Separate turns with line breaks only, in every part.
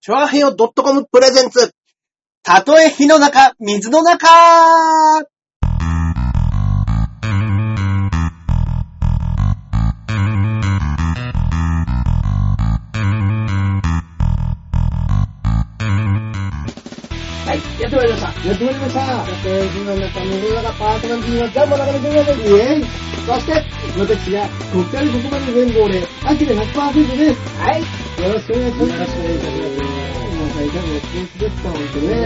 チョアヘヨ .com プレゼンツ。たとえ火の中、水の中は
はい、やってまいりました。
やってまいりました。
たとえ火の中、水の中、パーソナリティはジャンボ中根純也です。イェーイそして、
私が、こっからここまで全号で、秋で100%です。
はい、
よろしくお願いします。
よろしくお願いします
皆さんいかがお過ごしですか本当ね。
ね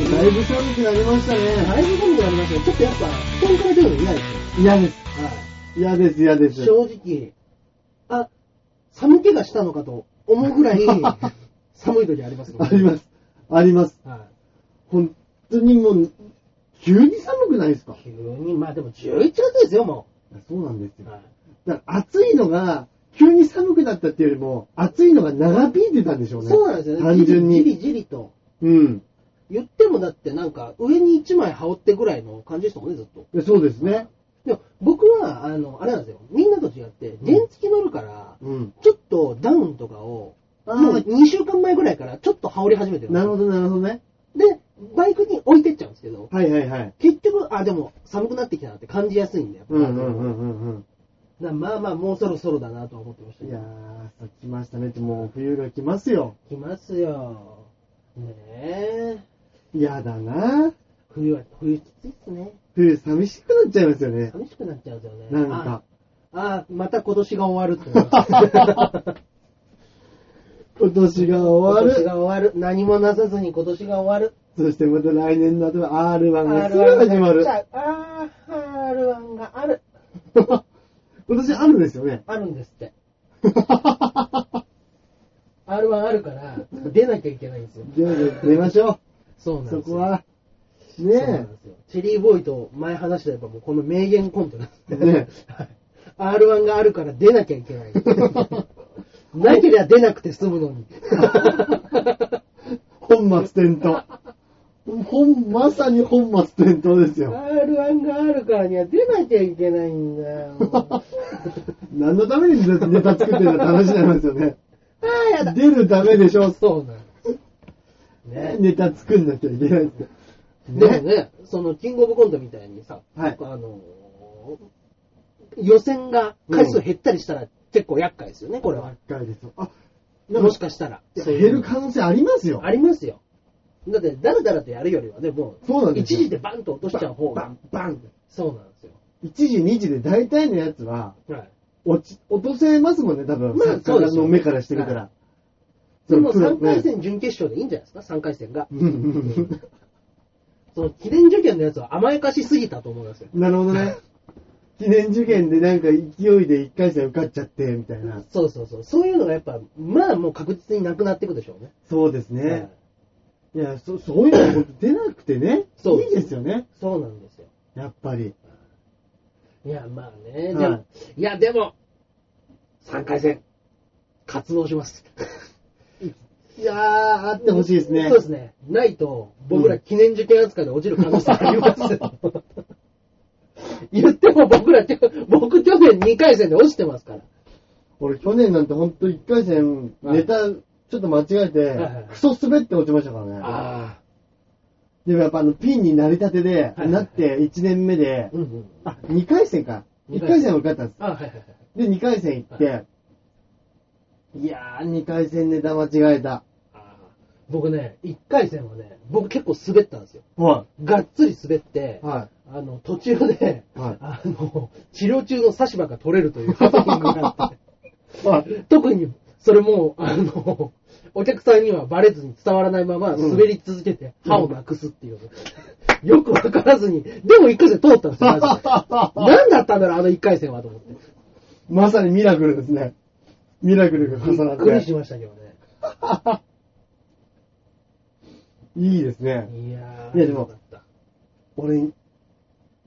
だいぶ寒くなりました
え、
ね。
だいぶ寒くなりましたよ。ちょっとやっぱ、布団から出るの嫌ですよ。
嫌で
は
す。嫌です、嫌で
い。
す。
正直、あ、寒気がしたのかと思うぐ らい、寒い時ありますの
あ
で。
ります。あります。
は
本当にもう、急に寒くないですか
い。急に、まあでも11月ですよ、も
そうなんです
う。
よ。
はい
だから暑いのが、急に寒くなったっていうよりも、暑いのが長引いてたんでしょうね。
そうなんですよね。
単純
じり
に。
じりじりと。
うん。
言ってもだってなんか、上に1枚羽織ってぐらいの感じでしたもんね、ずっと。
でそうですね。
でも僕は、あの、あれなんですよ。みんなと違って、原付き乗るから、
うん。
ちょっとダウンとかを、
あー
もう2週間前ぐらいからちょっと羽織り始めてる。
なるほど、なるほどね。
で、バイクに置いてっちゃうんですけど、
はいはいはい。
結局、あ、でも寒くなってきたなって感じやすいんだよ。
うんうんうんうんうん。
なまあまあ、もうそろそろだなとは思ってました
い
け
や
ど。
ー、さ来ましたね。もう冬が来ますよ。
来ますよ。ねえ。
嫌だな
冬は、冬きついっすね。
冬寂しくなっちゃいますよね。
寂しくなっちゃうんですよね。
なんか。
あ。ああ、また今年が終わるって 思いました。
今年が終
今
わ
年
る。
が終わる。何もなさずに今年が終わる。
そしてまた来年の後は R1 がすぐ始 まる。
ああー、R1 がある。
今年あるんですよ ね。
あるんですって。R1 あるから、出なきゃいけないんですよ。
で出ましょ
そうなん
う。
です
そ
よ。
こは。
そうなん
ね
ですよ。チェリーボーイと前話してればもうこの名言コントなんです
ね
はい R1 があるから出なきゃいけ ない。なけりゃ出なくて済むのに。
え。本末転倒。ほん、まさに本末転倒ですよ。
R1 があるからには出なきゃいけないんだ よ。
何のためにネタ作ってるのって話になりますよね。
ああ、やだ。
出るためでしょ。
そうなんです。ね。
ネタ作んなきゃいけないって。
でもね、そのキングオブコントみたいにさ、
はい
あのー予選が回数減ったりしたら結構厄介ですよね、これは。
若いですよ。あ、なん
もしかしたら。そういう
減る可能性ありますよ。
ありますよ。だって、だらだらとやるよりはね、もう、
そうなんで
一
すよ
時でバンと落としちゃう方
バ
が
ン、、バン。
そうなんですよ。
1時、2時で大体のやつは、
はい。
落ち、落とせますもんね、多分。
まあ
作
そう
家
ですよ
の目からしてみた
は
ら。
でも
そう
3回。戦準決勝でいいんじゃないですか、3回戦が。
うんうん
その、記念受験のやつは甘やかしすぎたと思うんですよ。
うん。なるほどね。記念受験でなんか勢いで1回戦受かっちゃって、みたいな。
そうそうそう。そういうのがやっぱ、まあもう確実になくなっていくでしょうね。
そうです
は
ね
い。
いや、そそういうの本当出なくてね。
そう
いいですよね。
そうなんですよ。
やっぱり。
いや、まあね、で
は
も、いや、でも、3回戦、活動します。
いやー、あってほしいですね
そう。ですね。ないと、僕ら記念受験扱いで落ちる可能性あります。言っても僕ら、僕去年2回戦で落ちてますから。
俺去年なんて本当1回戦、
はい
ネタちょっと間違え
はいはい
て、クソ滑って落ちましたからね。
あ
でもやっぱあの、ピンになりたてで、
はい
なって1年目で
う、んうん。
あ、2回戦か。
二
1
回
回
戦
戦は受かったんです。
あはいはいはい。
で、2回戦行って、いやー、2回戦ネタ間違えた。
あー僕ね、1回戦はね、僕結構滑ったんですよ。
は
がっつり滑って、
は
あの、途中で、
はい
あの、治療中の差し歯が取れるというハプニングがあって。
い。 はい。
特に、それも、あの、お客さんにはバレずに伝わらないまま
うん
滑り続けて歯をなくすっていう。よくわからずに、でも一回戦通ったん ですよ、マジで何だったんだろう、あの一回戦はと思って。
まさにミラクルですね。ミラクルが重
び
な
っくり
っ。
してましたけど ね。
いいですね。
いやー、
いやでも
よかっ
俺、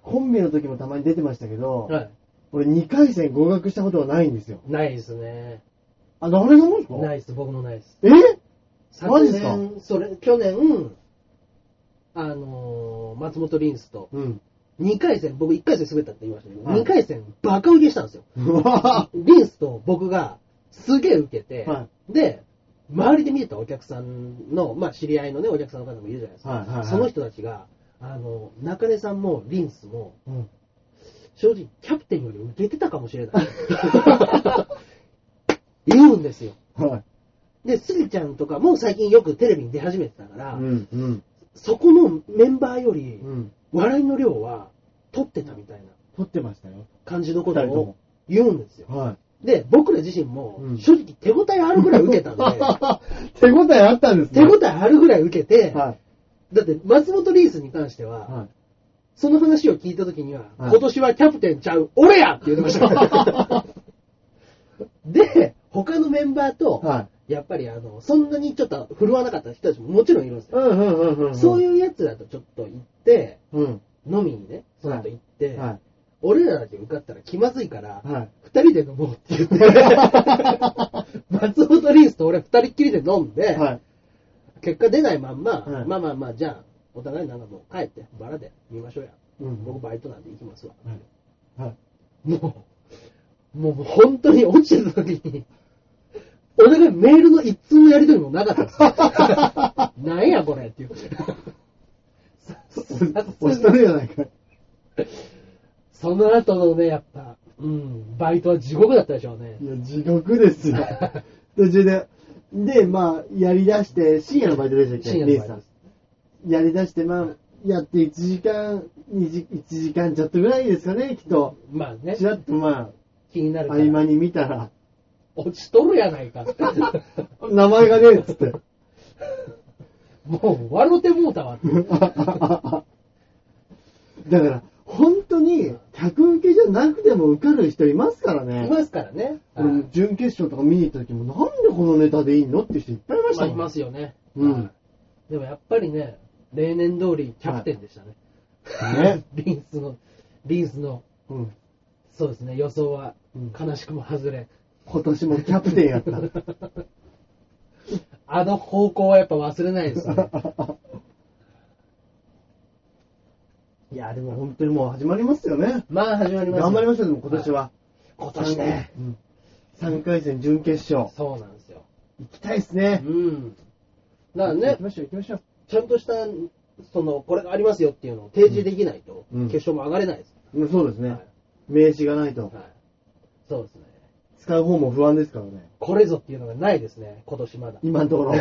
コンビの時もたまに出てましたけど、
たはい。
俺2回戦合格したことはないんですよ。
ないですね。
あ、誰がもですか
ない
い。
です、僕もないです。
えマジっすか
昨年それ、去年、あのー、松本リンスと、
うん。
2回戦、僕1回戦滑ったって言いましたけど、
はい
2回戦バカ受 けしたんですよ。
うわ
リンスと僕がすげえ受けて、
は
で、周りで見えたお客さんの、まあ、知り合いのね、お客さんの方もいるじゃないですか。
はいはいはい
その人たちが、あの、中根さんもリンスも、
うん。
正直、キャプテンより受けてたかもしれ ない。言うんですよ。
はい。
で、スギちゃんとかも最近よくテレビに出始めてたから、
うん、うん。
そこのメンバーより
う、ん。
笑いの量は取ってたみたいな
撮ってましたよ。
感じのこと
二人と
を
も
言うんですよ。
は
で、僕ら自身も
うん
正直手応えあるぐらい受けたん で、
い。手応えあったんです
手
ね。
応えあるぐらい受けて、
は
だって松本リースに関して
い。
は、
は
その話を聞いた時には、
はい
今年はキャプテンちゃう、俺やって言ってました から。で、他のメンバーと、
い。はい。
やっぱりあの、そんなにちょっと振るわなかった人たちももちろんいるんですよ。
うん、うん、うん、うん。
そう
う。
いうやつらとちょっと行って、
うん。
飲みにね、その後行って、
は
俺らだけ受かったら気まずいから、
い。はい。
二人で飲もうって言って、 松本リースと俺二人っきりで飲んで、
はい。
結果出ないまんま、
はい
まあまあまあ、じゃあ、お互いなんかもう帰って、バラで見ましょうや。
うん
僕バイトなんで行きますわ。
はい。
もう、もう本当に落ちてた時に、俺がメールの一通のやりとりもなかったです。 なんやこれっていう。
お一人じゃないか。
その後のね、やっぱ、うん、バイトは地獄だったでしょうね
い。や、地獄ですよ。途中で。で、まあ、やり出して、深夜のバイトでしたっけ
深夜の
リー
バイ
ス
ト
さ
で
ん。やり出して、まあ、やって1時間、2時、1時間ちょっとぐらいですかね、きっと。
まあね
ち、らっとま
気にな
あ、
る
合
から
間に見たら、
落ちとるやない か。
名前がねえっつって。
もう、笑うてもうた わって。
だから、本当に、客受けじゃなくても受かる人いますから
い
ね。
ますからね。
俺も準決勝とか見に行った時も、なんでこのネタでいいのって人いっぱいいまし
ま
た
あ
も
い
ん
ますよね。
うん
はいでもやっぱりね、例年通りキャプテンでしたね。
はいね
リンスの、リンスの、
うん
そうですね、予想は
うん
悲しくも外れ。
今年もキャプテンやった。
あの方向はやっぱ忘れないで すね。
いや、でも本当にもう始まりますよね。
まあ始まりました。
頑張りましたよ、でも今年は。
今年ね。
うん。3回戦準決勝。
そうなんですよ。
行きたいっす
う
ね。
ん。だから
行
ね
き、ましょう、行きましょう。
ちゃんとした、その、これがありますよっていうのを提示できないと、
うん
決勝も上がれないです。
うんそうですね
はい。
名刺がないと。
はい。そうですね。
使う方も不安ですからね。
これぞっていうのがないですね、今年まだ。
今のところ。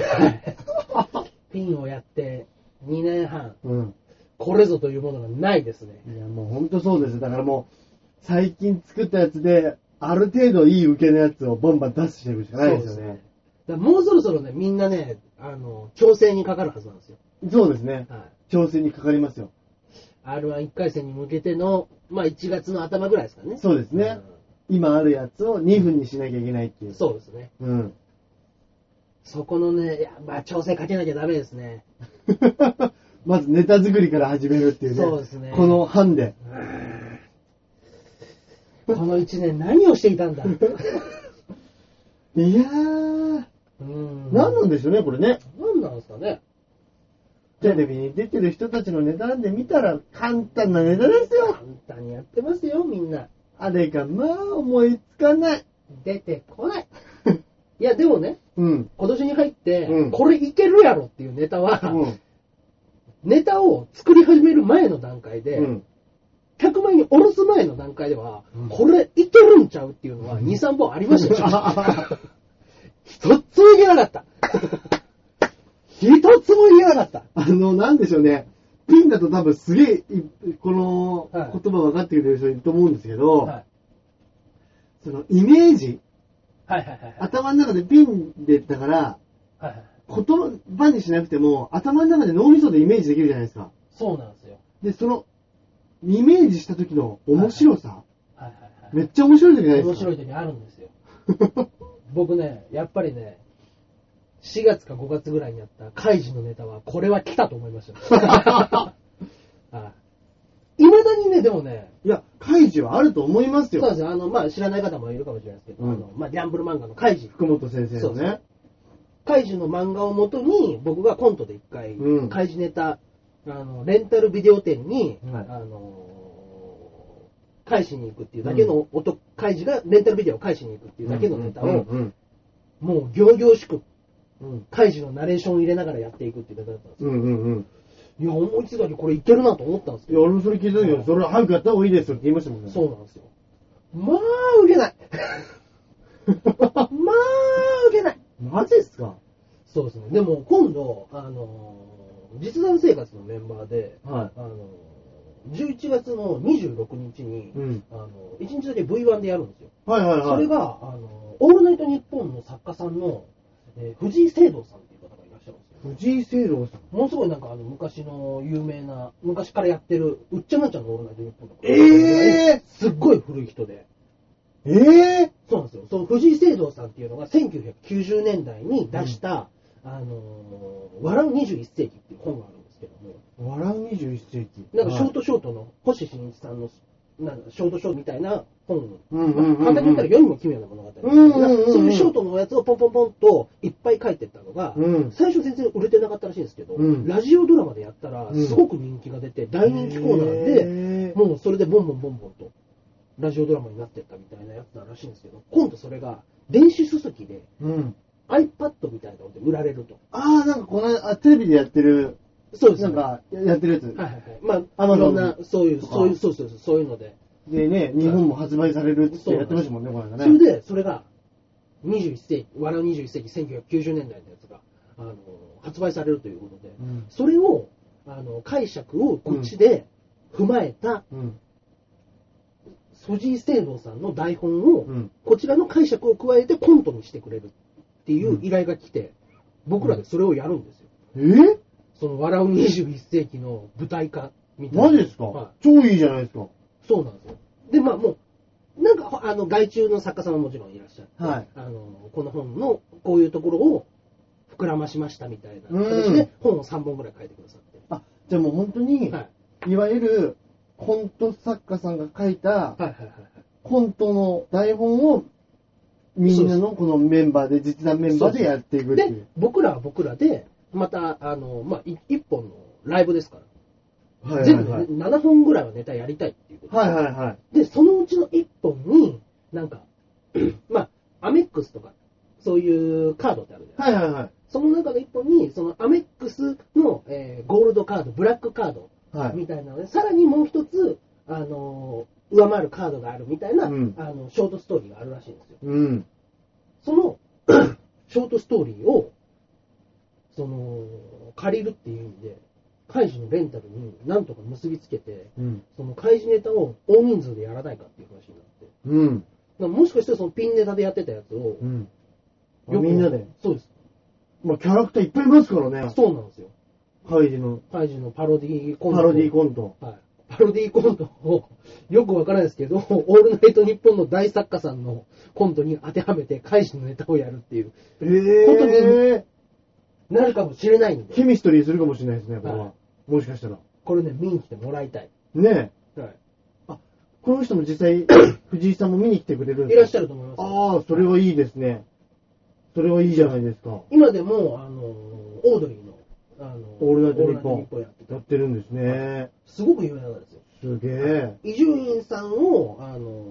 ピンをやって2年半、
うん。
これぞというものがないですね。
いや、もう本当そうですよだからもう、最近作ったやつで、ある程度いい受けのやつをボンバン出していくしかないですよ
そうで
ね。
だからもうそろそろね、みんなね、あの、調整にかかるはずなんですよ。
そうですね。
はい。
調整にかかりますよ。
R11 回戦に向けての、まあ1月の頭ぐらいですかね。。
そうですね。今あるやつを2分にしなきゃいけないっていううん
そうですね。
うん。
そこのね、いやまあ調整かけなきゃダメですね。
まずネタ作りから始めるっていうね。
そうですね
この班で。
この1年何をしていた んだ。
いやー、
うん
何なんでしょうね、これね。
何なんですかね。
テレビに出てる人たちのネタなんで見たら簡単なネタです
簡
よ。
単にやってますよ、みんな。
あれがまあ思いつか ない。
出てこない。いや、でもね、
うん。
今年に入って、
うん
これいけるやろっていうネタは、
うん。
ネタを作り始める前の段階で、
うん。
客前に下ろす前の段階では、
うん
これいけるんちゃうっていうのは2、3本ありました よ。一つもいけなか った。一つもいけなかった。
あの、なんでしょうね。ピンだと多分すげえい、この
はい
言葉分かってくれる人いると思うんですけど、
はい
そのイメージ、
はいはいはい
頭の中でピンでだから、
はいはい。
言葉にしなくても、頭の中で脳みそでイメージできるじゃないですか。
そうなんですよ。
で、その、イメージした時の面白さ、
はいはいはい
めっちゃ面白い時じゃないで
面
すか。
白い時あるんですよ。僕ね、やっぱりね、4月か5月ぐらいにやったカイジのネタは、これは来たと思いま した。はいまだにね、でもね、
いや、開示はあると思います
そうなんで
よ。
すよ。あの、まあ、知らない方もいるかもしれないですけど、
うん
あの、まあ、ギャンブル漫画のカイジ。
福本先生
そ
の
うそう
ね。
カイジの漫画をもとに、僕がコントで一回、
うん
カイジネタ、あの、レンタルビデオ店に、
はい
あのー返しに行くっていうだけの音、カイジがレンタルビデオを返しに行くっていうだけのネタを、
うん
もう行々しくうん、カイジのナレーションを入れながらやっていくっていう方だったんです
うんうんうん。
いや、思いついた時これいけるなと思ったんです
い
け
や、
ど、
俺もそれ聞いたけど、それ早くやった方がいいですって言いましたもんね。
そうなんですよ。まあ、受けない。 まあ、受けない。
マジですか
そうですね。でも、今度、あのー、実弾生活のメンバーで、
は
あのー、11月の26日に、
うん
あのー、1日だけ V1 でやるんですよ。
い。はいはいはい。
それが、あのー、オールナイトニッポンの作家さんの、えー藤井聖堂さんっていう方がいらっしゃるんですよ。
藤井聖郎さん。
ものすごいなんかあの昔の有名な、昔からやってる、うっちゃなっちゃんのオールナイトニッポンとか。
え
すっごい古い人で。
えええ
そうなんですよ。その藤井聖堂さんっていうのが1990年代に出した、あのー笑う21世紀っていう本があるんですけども、
笑う21世紀。
なんかショートショートの星新一さんの、なんかショートショートみたいな本、
うんうんうんうん
まあ簡単に言ったら世にも奇妙な物語みたいな、
うんうんうんうん
そういうショートのやつをポンポンポンといっぱい書いてったのが、
うん
最初全然売れてなかったらしいんですけど、
うん
ラジオドラマでやったら
うん
すごく人気が出て、大人気コーナーで、
へー
もうそれでボンボンボンボンとラジオドラマになってったみたいなやつならしいんですけど、今度それが電子書籍で
うん。
iPad みたいなので売られると。
ああ、なんかこの間、あテレビでやってる、
そうです、
なんか、やってるやつ。
はいはいはい。まあ、
Amazon
いろんな、そういう、
とか
そういう、そうそうそう、そういうので。
でね、日本も発売されるっつってやってましたもんね、この間ね。
それで、それが、21世紀、笑う21世紀、1990年代のやつが、あの、発売されるということで、
うん
それを、あの、解釈をこっちで踏まえた、
うん。
藤井聖堂さんの台本を、
うん
こちらの解釈を加えてコントにしてくれるっていう
うん
依頼が来て、僕らでそれをやるんですよ。
えー
その、笑う21世紀の舞台化みたいな。
マジですか、
はい
超いいじゃないですか。
そうなんですよ。で、まあもう、なんか、ほあの、外注の作家さんももちろんいらっしゃって、
はい
あの、この本のこういうところを膨らましましたみたいな形
うん
で、本を3本ぐらい書いてくださっ
あ、じゃあもう本当に、
て。はい。
い、わゆる、コント作家さんが書いた、
はいはいはいはい。
コントの台本を、みんなのこのメンバーで、実弾メンバーでやっていくってい
で
う。、
僕らは僕らで、また、あの、まあ、い一本のライブですから、
はいはい
全部
はい。
7本ぐらいはネタやりたいっていうことで
はいはいはい。
で、そのうちの1本に、なんか、 まあ、アメックスとか、そういうカードってあるじゃないですか
はいはいはい。
その中の一本に、そのアメックスの、えーゴールドカード、ブラックカード
はい
みたいなので、さらにもう一つ、あのー上回るカードがあるみたいな、
うん
あのショートストーリーがあるらしいんですよ。
うん。
その ショートストーリーを、その、借りるっていう意味で、カイジのレンタルになんとか結びつけて、
うん。
そのカイジネタを大人数でやらないかっていう話になって、だから
うん。
もしかしてそのピンネタでやってたやつを
う、ん。
よく
みんなで。。
そうです。
まあ、キャラクターいっぱいいますからね。
そうなんですよ。
ハイジの
カイジのパロディーコント。
パロディコント。
はい、パロディコントを、よくわからないですけど、オールナイトニッポンの大作家さんのコントに当てはめて、開始のネタをやるっていう、
え
本
え
なるかもしれないん
ー。ケ
で、
ミストリーするかもしれないですね、これ
はい
は。もしかしたら。
これね、見に来てもらいたい。
ねえ。
はい
この人も実 際、藤井さんも見に来てくれるん
いらっし
ゃ
ゃると思いますよ。
ああ、それはいいですね。それはいいじゃないですか。
今でも、あの、オードリーの、あの、
オールナイトニッポン
オールナイやって
や
た
っ。てるんですね。
すごく有名なんですよ。
すげえ。
伊集院さんを、あの、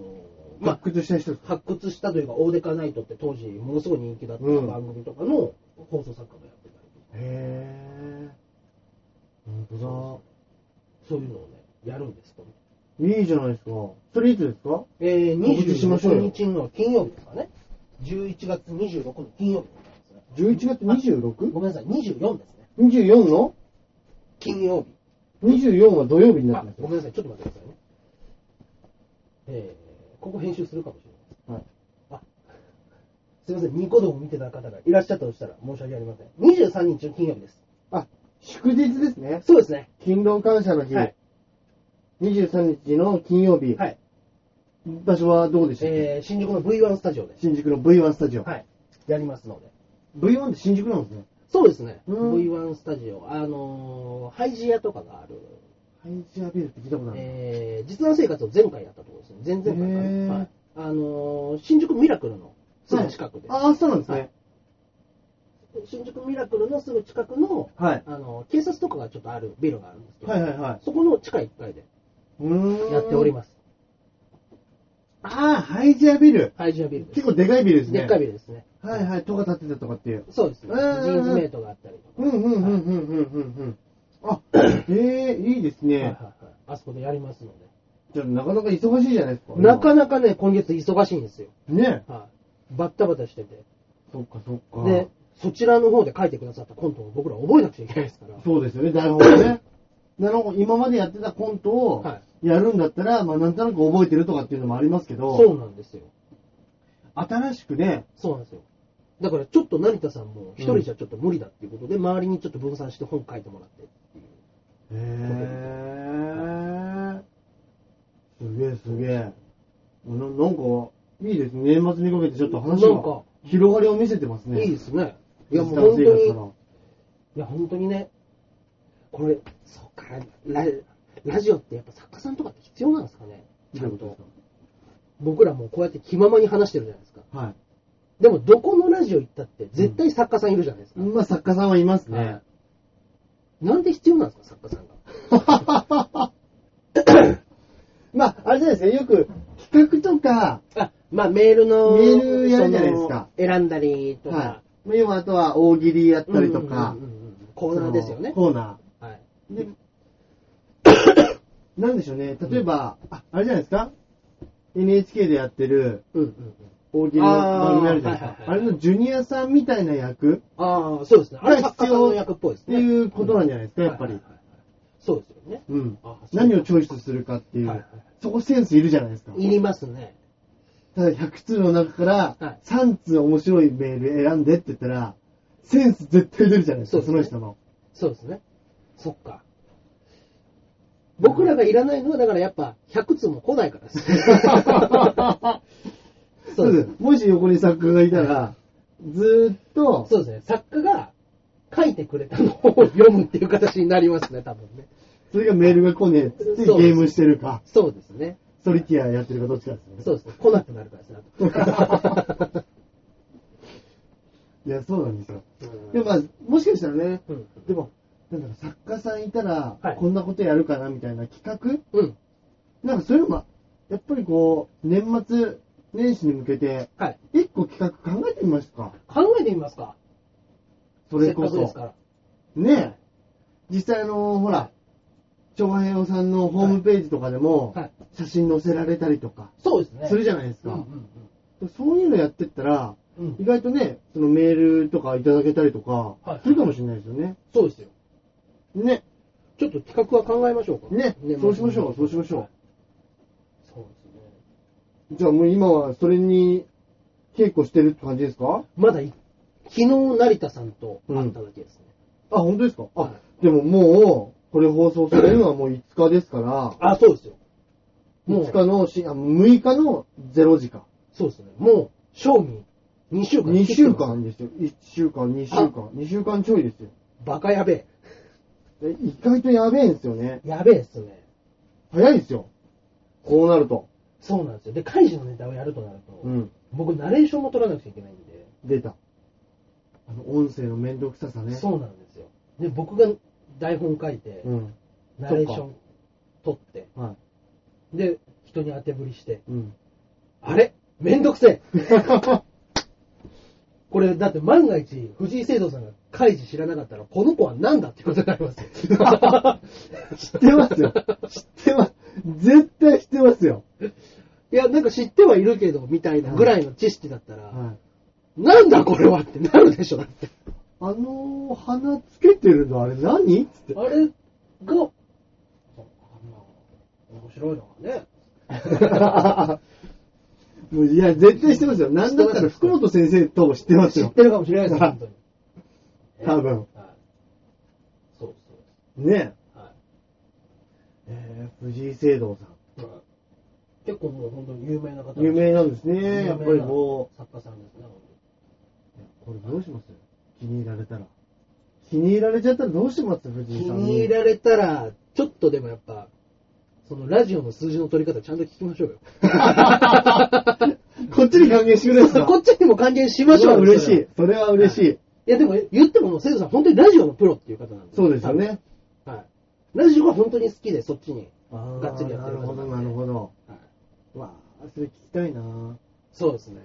まあ
発、掘した人。
発掘したというか、オーデカナイトって当時、ものすごい人気だった
うん
番組とかの放送作家もやってたりとか、
へえ。本
そういうのをね、やるんですと。
当だ。いいじゃないですか。それいつですか
えー、
告知しましょうよ
26日の金曜日ですかね。11月26の金曜日ですね。
?11 月 26?24
ごめんなさい、24ですね。
の
金曜日。
?24 は土曜日にな
あ
ってます
ご
よ
めんなさい、ちょっと待ってくださいね。えー、ここ編集するかもしれない。
はい。
すいません、ニコ動を見てた方がいらっしゃったとしたら申し訳ありません。23日の金曜日です。
あ、祝日ですね。
そうですね。
勤労感謝の日。
はい
23日の金曜日。
はい。
場所はどうでしたっけ、
えー、新宿の V1 スタジオで。
新宿の V1 スタジオ。
はい。やりますので。
V1 って新宿なんですね。
そうですね。
うん
V1 スタジオ。あのー、ハイジアとかがある、
ハイジアビルって聞いたことある。
えー、実弾生活を前回やったところですね。前々回か
へー
な、はいあのー新宿ミラクルのすぐ近くで、
ああ、そうなんですね。
新宿ミラクルのすぐ近くの、
はい。
あのー警察とかがちょっとあるビルがあるんですけど、
はいはいはい。
そこの地下1階で
うーん
やっております。
ああ、ハイジアビル。
ハイジアビルです。
結構でかいビルですね。
でっかいビルですね。
はいはい、戸が立ってたとかっていう。
そうですね。ジ
うん
ーンズメイトがあったりとか。
うんうんうんうんうんうんうん。 あ、ええいいです
はいは
ね
い。はい。あそこでやりますの
じゃあなかなか忙しいじゃないですか。
で。なかなかね、今月忙しいんですよ。
ね。
はい。バッタバタしてて。
そっかそっか。
で、そちらの方で書いてくださったコントを僕ら覚えなくちゃいけないですから。
そうですよね、台本をね。 なるほど、今までやってたコントを
は
やるんだったら、まあなんとなく覚えてるとかっていうのもありますけど、
そうなんですよ。
新しくね、
そうなんですよ。だからちょっと成田さんも一人じゃちょっと無理だっていうことで、周りにちょっと分散して本書いてもらって。
へー。すげえすげえ。ななんか、いいですね。年末にかけてちょっと話
なん
が
か
広がりを見せてますね。
いいですね。いやもう
実
本
際
当
の
に
生活か、ら
いや本当にね、これ、そっか、ララジオってやっぱ作家さんとかって必要なんですかね。ちゃん
どういう
と
こ。
僕らもうこうやって気ままに話してるじゃないですか。
とですかはい。
でもどこのラジオ行ったって絶対作家さんいるじゃないですか。
まあ作家さんはいますね。
なんで必要なんですか、作家さんが。
まあ、あれじゃないですか、よく企画とか、
あ、まあメールの、
メールやるじゃないですか
その。選んだりとか、
はい。まあ要はあとは大喜利やったりとか
うん、うんうんうんコーナーですよね
そ。のコーナ
はい。
ー。 で、なんでしょうね、例えば、あ、あれじゃないですか ?NHK でやってる
うんうんうん。
大喜利の番組あるじゃないで
あ
す
ーはいはいは
か。あ
い
れのジュニアさんみたいな役
ああ、そうですね。あれは作家さんの役っぽいです
って
ね。
いうことなんじゃないですか、やっぱ
は
り
い。はいはいはいそうですよね。
うん
あそう。
何をチョイスするかってい
はいは
う
い。
そこセンスいるじゃないですか。
いりますね。
ただ100通の中から
はい
3通面白いメール選んでって言ったら、センス絶対出るじゃないですか、そ
そう
の
ですね
人の。
そうですね。そっか。僕らがいらないのは、だからやっぱ、100通も来ない からですね。そ
そ
うう
で
ですす。
もし横に作家がいたら、ずーっと、
そうですね。作家が書いてくれたのを読むっていう形になりますね、多分ね。
それがメールが来ねえっつって
そうです
ゲームしてるか、
そうですね。
ソリティアやってるかどっちかですよね。
そうですね。来なくなるからですね。あと
いや、そうなんですよ。
うん
で もまあ、もしかしたらね、
うん
でも、なんだろう、作家さんいたら
はい、
こんなことやるかなみたいな企画、
うん。
なんかそういうのも、やっぱりこう、年末年始に向けて、
はい。
一個企画考えてみましたか。
考えてみますか。
それこ
せっかくですか
そ。
ら。
ねえ。実際あの、ほら、長平洋さんのホームページとかでも
はいはい、
写真載せられたりとか、
そうですね。
するじゃないです
うんう
か。
ん
そういうのやってった
うん
ら、
うん
意外とね、そのメールとかいただけたりとか
は、い
するかもしれないですよね。
そうですよ。
ね。
ちょっと企画は考えましょうか。
ね
年末
そうしましょうそうしましょう
はいそうですね。
じゃあもう今はそれに稽古してるって感じですか
まだい、昨日成田さんと会っただけですね。
あ、本当ですか
は
あ、でももう、これ放送されるのはもう5日ですから、
あ、そうですよ。もう、
5日のし、あ6日の0時か。
そうですね。もう、賞味2週間。
2週。間ですよ。1週間、2週間、2週間ちょいですよ。
バカやべ
え意外とやべえんですよね。
え。やべえっすね。
早いですよ。こうなると。
そうなんですよ。で、カイジのネタをやるとなると、
うん。
僕、ナレーションも取らなくちゃいけないんで、
出た。あの、音声のめんどくささね。
そうなんですよ。で、僕が台本書いて、
うん。
ナレーション取って、
は
で、人に当てぶりして、
い。 うん。
あれめんどくせえこれ、だって万が一、藤井聖堂さんがカイジ知らなかったら、この子は何だってことになりますよ。
知ってますよ。知ってます。絶対知ってますよ。
いや、なんか知ってはいるけど、みたいなぐらいの知識だったら、
はい。
なんだこれはってなるでしょ、だって。
あのー、鼻つけてるのあれ何つ って。
あれが、あんな、面白いのがね。
もういや、絶対知ってますよ。なんだったら福本先生とも知ってます
知
よ
っ。てるかもしれないですよ、本当に。
多分
ねはいそうですそうで
ね
す。はい
えー、藤井聖堂さ
う
ん。
ん結構もう本当に有名な方
有名
な、
なんです
有名
ね。
な
やっぱりも
作家さんですね、本
う、これどうします気に入られたら。気に入られちゃったらどうします
当
藤
に
井
気
さん
に入られたら、ちょっとでもやっぱ、そのラジオの数字の取り方ちゃんと聞きましょうよ。
こっちに還元してくれますか
こっちにも還元しましょうよ
嬉しい。それは嬉しい。
いや、でも言ってももう、生徒さん、本当にラジオのプロっていう方なんで。
そうですよね。
多分。はい。ラジオは本当に好きで、そっちに。
あー
がっつりやっ
な
て
る
る
ほ
方
ど、
なんで
なるほど。
はい
わあそれ聞きたいな
そうですね。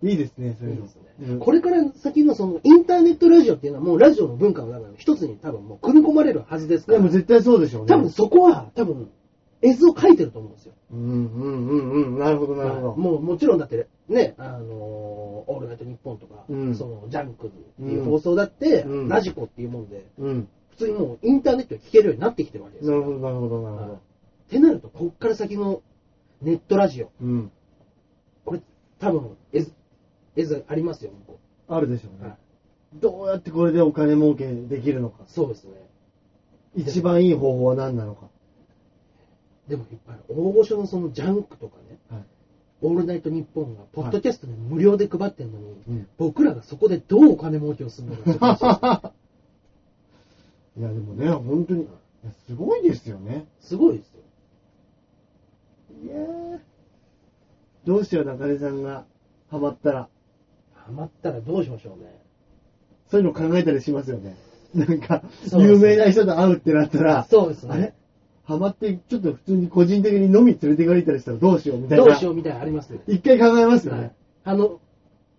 いいですね、そう
い
いう
い
の。
です
う
ね。
ん
これから先のそのインターネットラジオっていうのはもうラジオの文化の中の一つに多分もう組み込まれるはずです
い
か
や、
ら
もう、絶対そうでしょうね。
多分そこは多分絵図を描いてると思うんですよ。
うんうんうんうん。なるほど、なるほど。
はいもうもちろんだってね、あのーオールナイトニッポンとか、
うん
そのジャンクっていう放送だって、
うん
ラジコっていうもんで、
うん。
普通にもうインターネットで聞けるようになってきてるわけです
な
よ。
るほど、なるほど、なるほ
はい
ど
っ。てなると、こっから先のネットラジオ、
うん。
これ多分絵図、絵図ありますよ、向こ
あるでしょう
う
ね。
はい
どうやってこれでお金儲けできるのか。
そうですね。
一番いい方法は何なのか。
でもいっぱいある大御所のそのジャンクとかね、
はい
オールナイトニッポンがポッドキャストで無料で配ってるのに、
うん
僕らがそこでどうお金儲けをするのかちょっと面白 い
いや、でもね、本当に、いやすごいですよね。
すごいですよ。
いやどうしよう、中根さんがハマったら。
ハマったらどうしましょうね。
そういうの考えたりしますよね。なんか、
そうですね
有名な人と会うってなったら、
そうです
あれ
ね。
ハマって、ちょっと普通に個人的に飲み連れて行かれたりしたらどうしようみたいな。
どうしようみたいなのありますね。
一回考えますよ
はい
ね。
あの、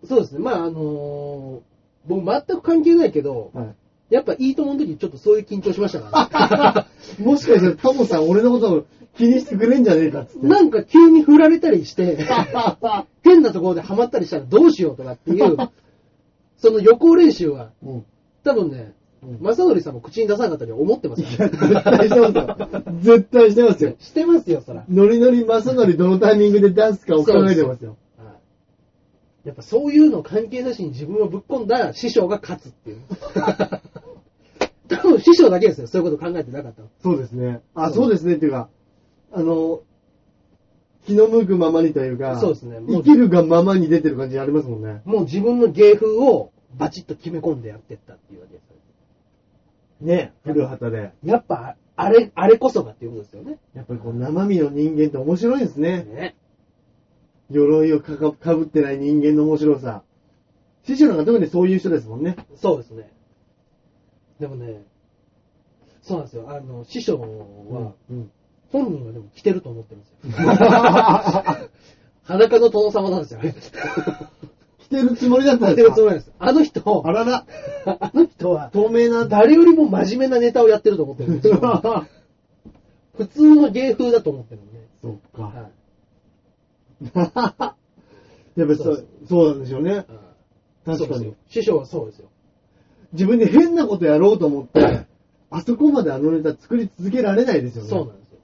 そうですね。まあ、あのー僕全く関係ないけど、
はい。
やっぱいいと思う時にちょっとそういう緊張しました から、
もしかしたらタモさん俺のことを気にしてくれんじゃねえかっつって。
なんか急に振られたりして、
か、
変なところでハマったりしたらどうしようとかって いう、その予行練習は、
うん。
多分ね
うん、
正則さんも口に出さなかったり思ってます
い
よ
や、絶対してますよ。絶対してますよ。
してますよ、そら。
ノリノリマサノリどのタイミングで出すかを考えてますよ。
はいやっぱそういうの関係なしに自分をぶっ込んだ師匠が勝つって いう。多分師匠だけですよ、そういうこと考えてなかったの。
そうですね。あ、
そう
そうですねっていうか、あの、気の向くままにというか、
そうですねもう
生きるがままに出てる感じありますもんね。
もう自分の芸風をバチッと決め込んでやってったっていうわけですよ。
ね古畑で。
やっぱ、あれ、あれこそがっていうことですよね。
やっぱりこう生身の人間って面白いですね。
ね
鎧をかかかぶってない人間の面白さ。師匠なんか特にそういう人ですもんね。
そうですね。でもね、そうなんですよ。あの、師匠は、
うん。
本人はでも着てると思ってるん ですよ。裸の殿様なんですよ。
着てるつもりだった
着
ん
て
で
る
すか
つもりなんです。あの人、
あらら、
あの人は、
透明な
誰よりも真面目なネタをやってると思ってるんですよ。 普通の芸風だと思ってるんで。
そっか。
はい
やっぱりそうそうなんでしょうね。
そう
確
で
か
すよ
に。
師匠はそうですよ。
自分で変なことやろうと思って、あそこまであのネタ作り続けられないですよね。
そうなんですよ。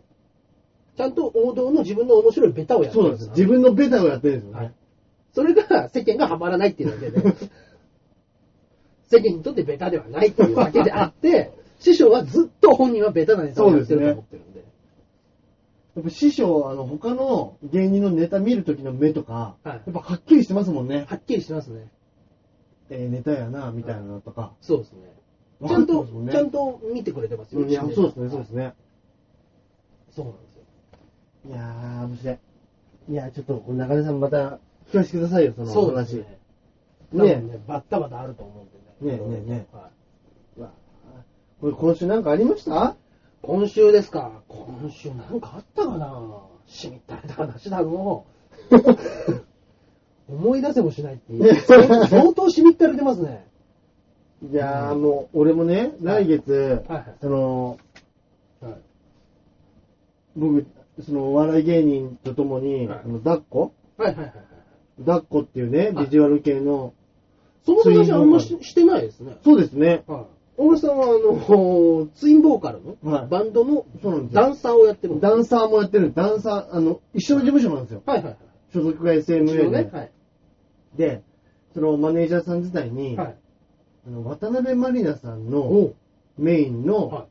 ちゃんと王道の自分の面白いベタをやって
そう
る
なんですよ。自分のベタをやってるんですよね。
はいそれが世間がハマらないっていうだけで、 世間にとってベタではないっていうだけであって、師匠はずっと本人はベタなネタをやってると思ってるんで。
やっぱ師匠、あの、他の芸人のネタ見るときの目とか、
はい
やっぱはっきりしてますもんね。
はっきりしてますね。
えーネタやな、みたいなのとか。
そうですね。
わ
ち
か
ゃん
ってま
と
すも、ね
ちゃんと見てくれてますよ。
うんいや、そうですね、そうです
ね。
ね。
そうなんですよ。
いやー、面白い。いやー、ちょっと、中根さんまた、聞かせてくださいよ、その
そうです
話。
ね。多
ね
分ね、バッタバタあると思うんでね。
ねねね
はい
わあこれ今週なんかありま した
今週ですか。今週なんかあったかなしみったれた話だの。思い出せもしないっていう。相当しみったれてますね。
いやー、もう、俺もね、来月、
はいはい
その、
はい。
僕、その、お笑い芸人とともに、
はい
あの、抱っこ
はいはいはいはい。
抱っこっていうね、
はい
ビジュアル系の、
その話あんまししてないですね。
そうですね。
はい。大森さんは、あの、ツインボーカルの、
はい
バンドの
そうなんですよ
ダンサーをやってるんです
ダンサーもやってる、ダンサー、あの、一緒の事務所なんですよ。
はいはいはい。
所属が SMA で、
ね。はい。
で、そのマネージャーさん自体に、
はい。
あの渡辺満里奈さん
お
の
う
メインの
は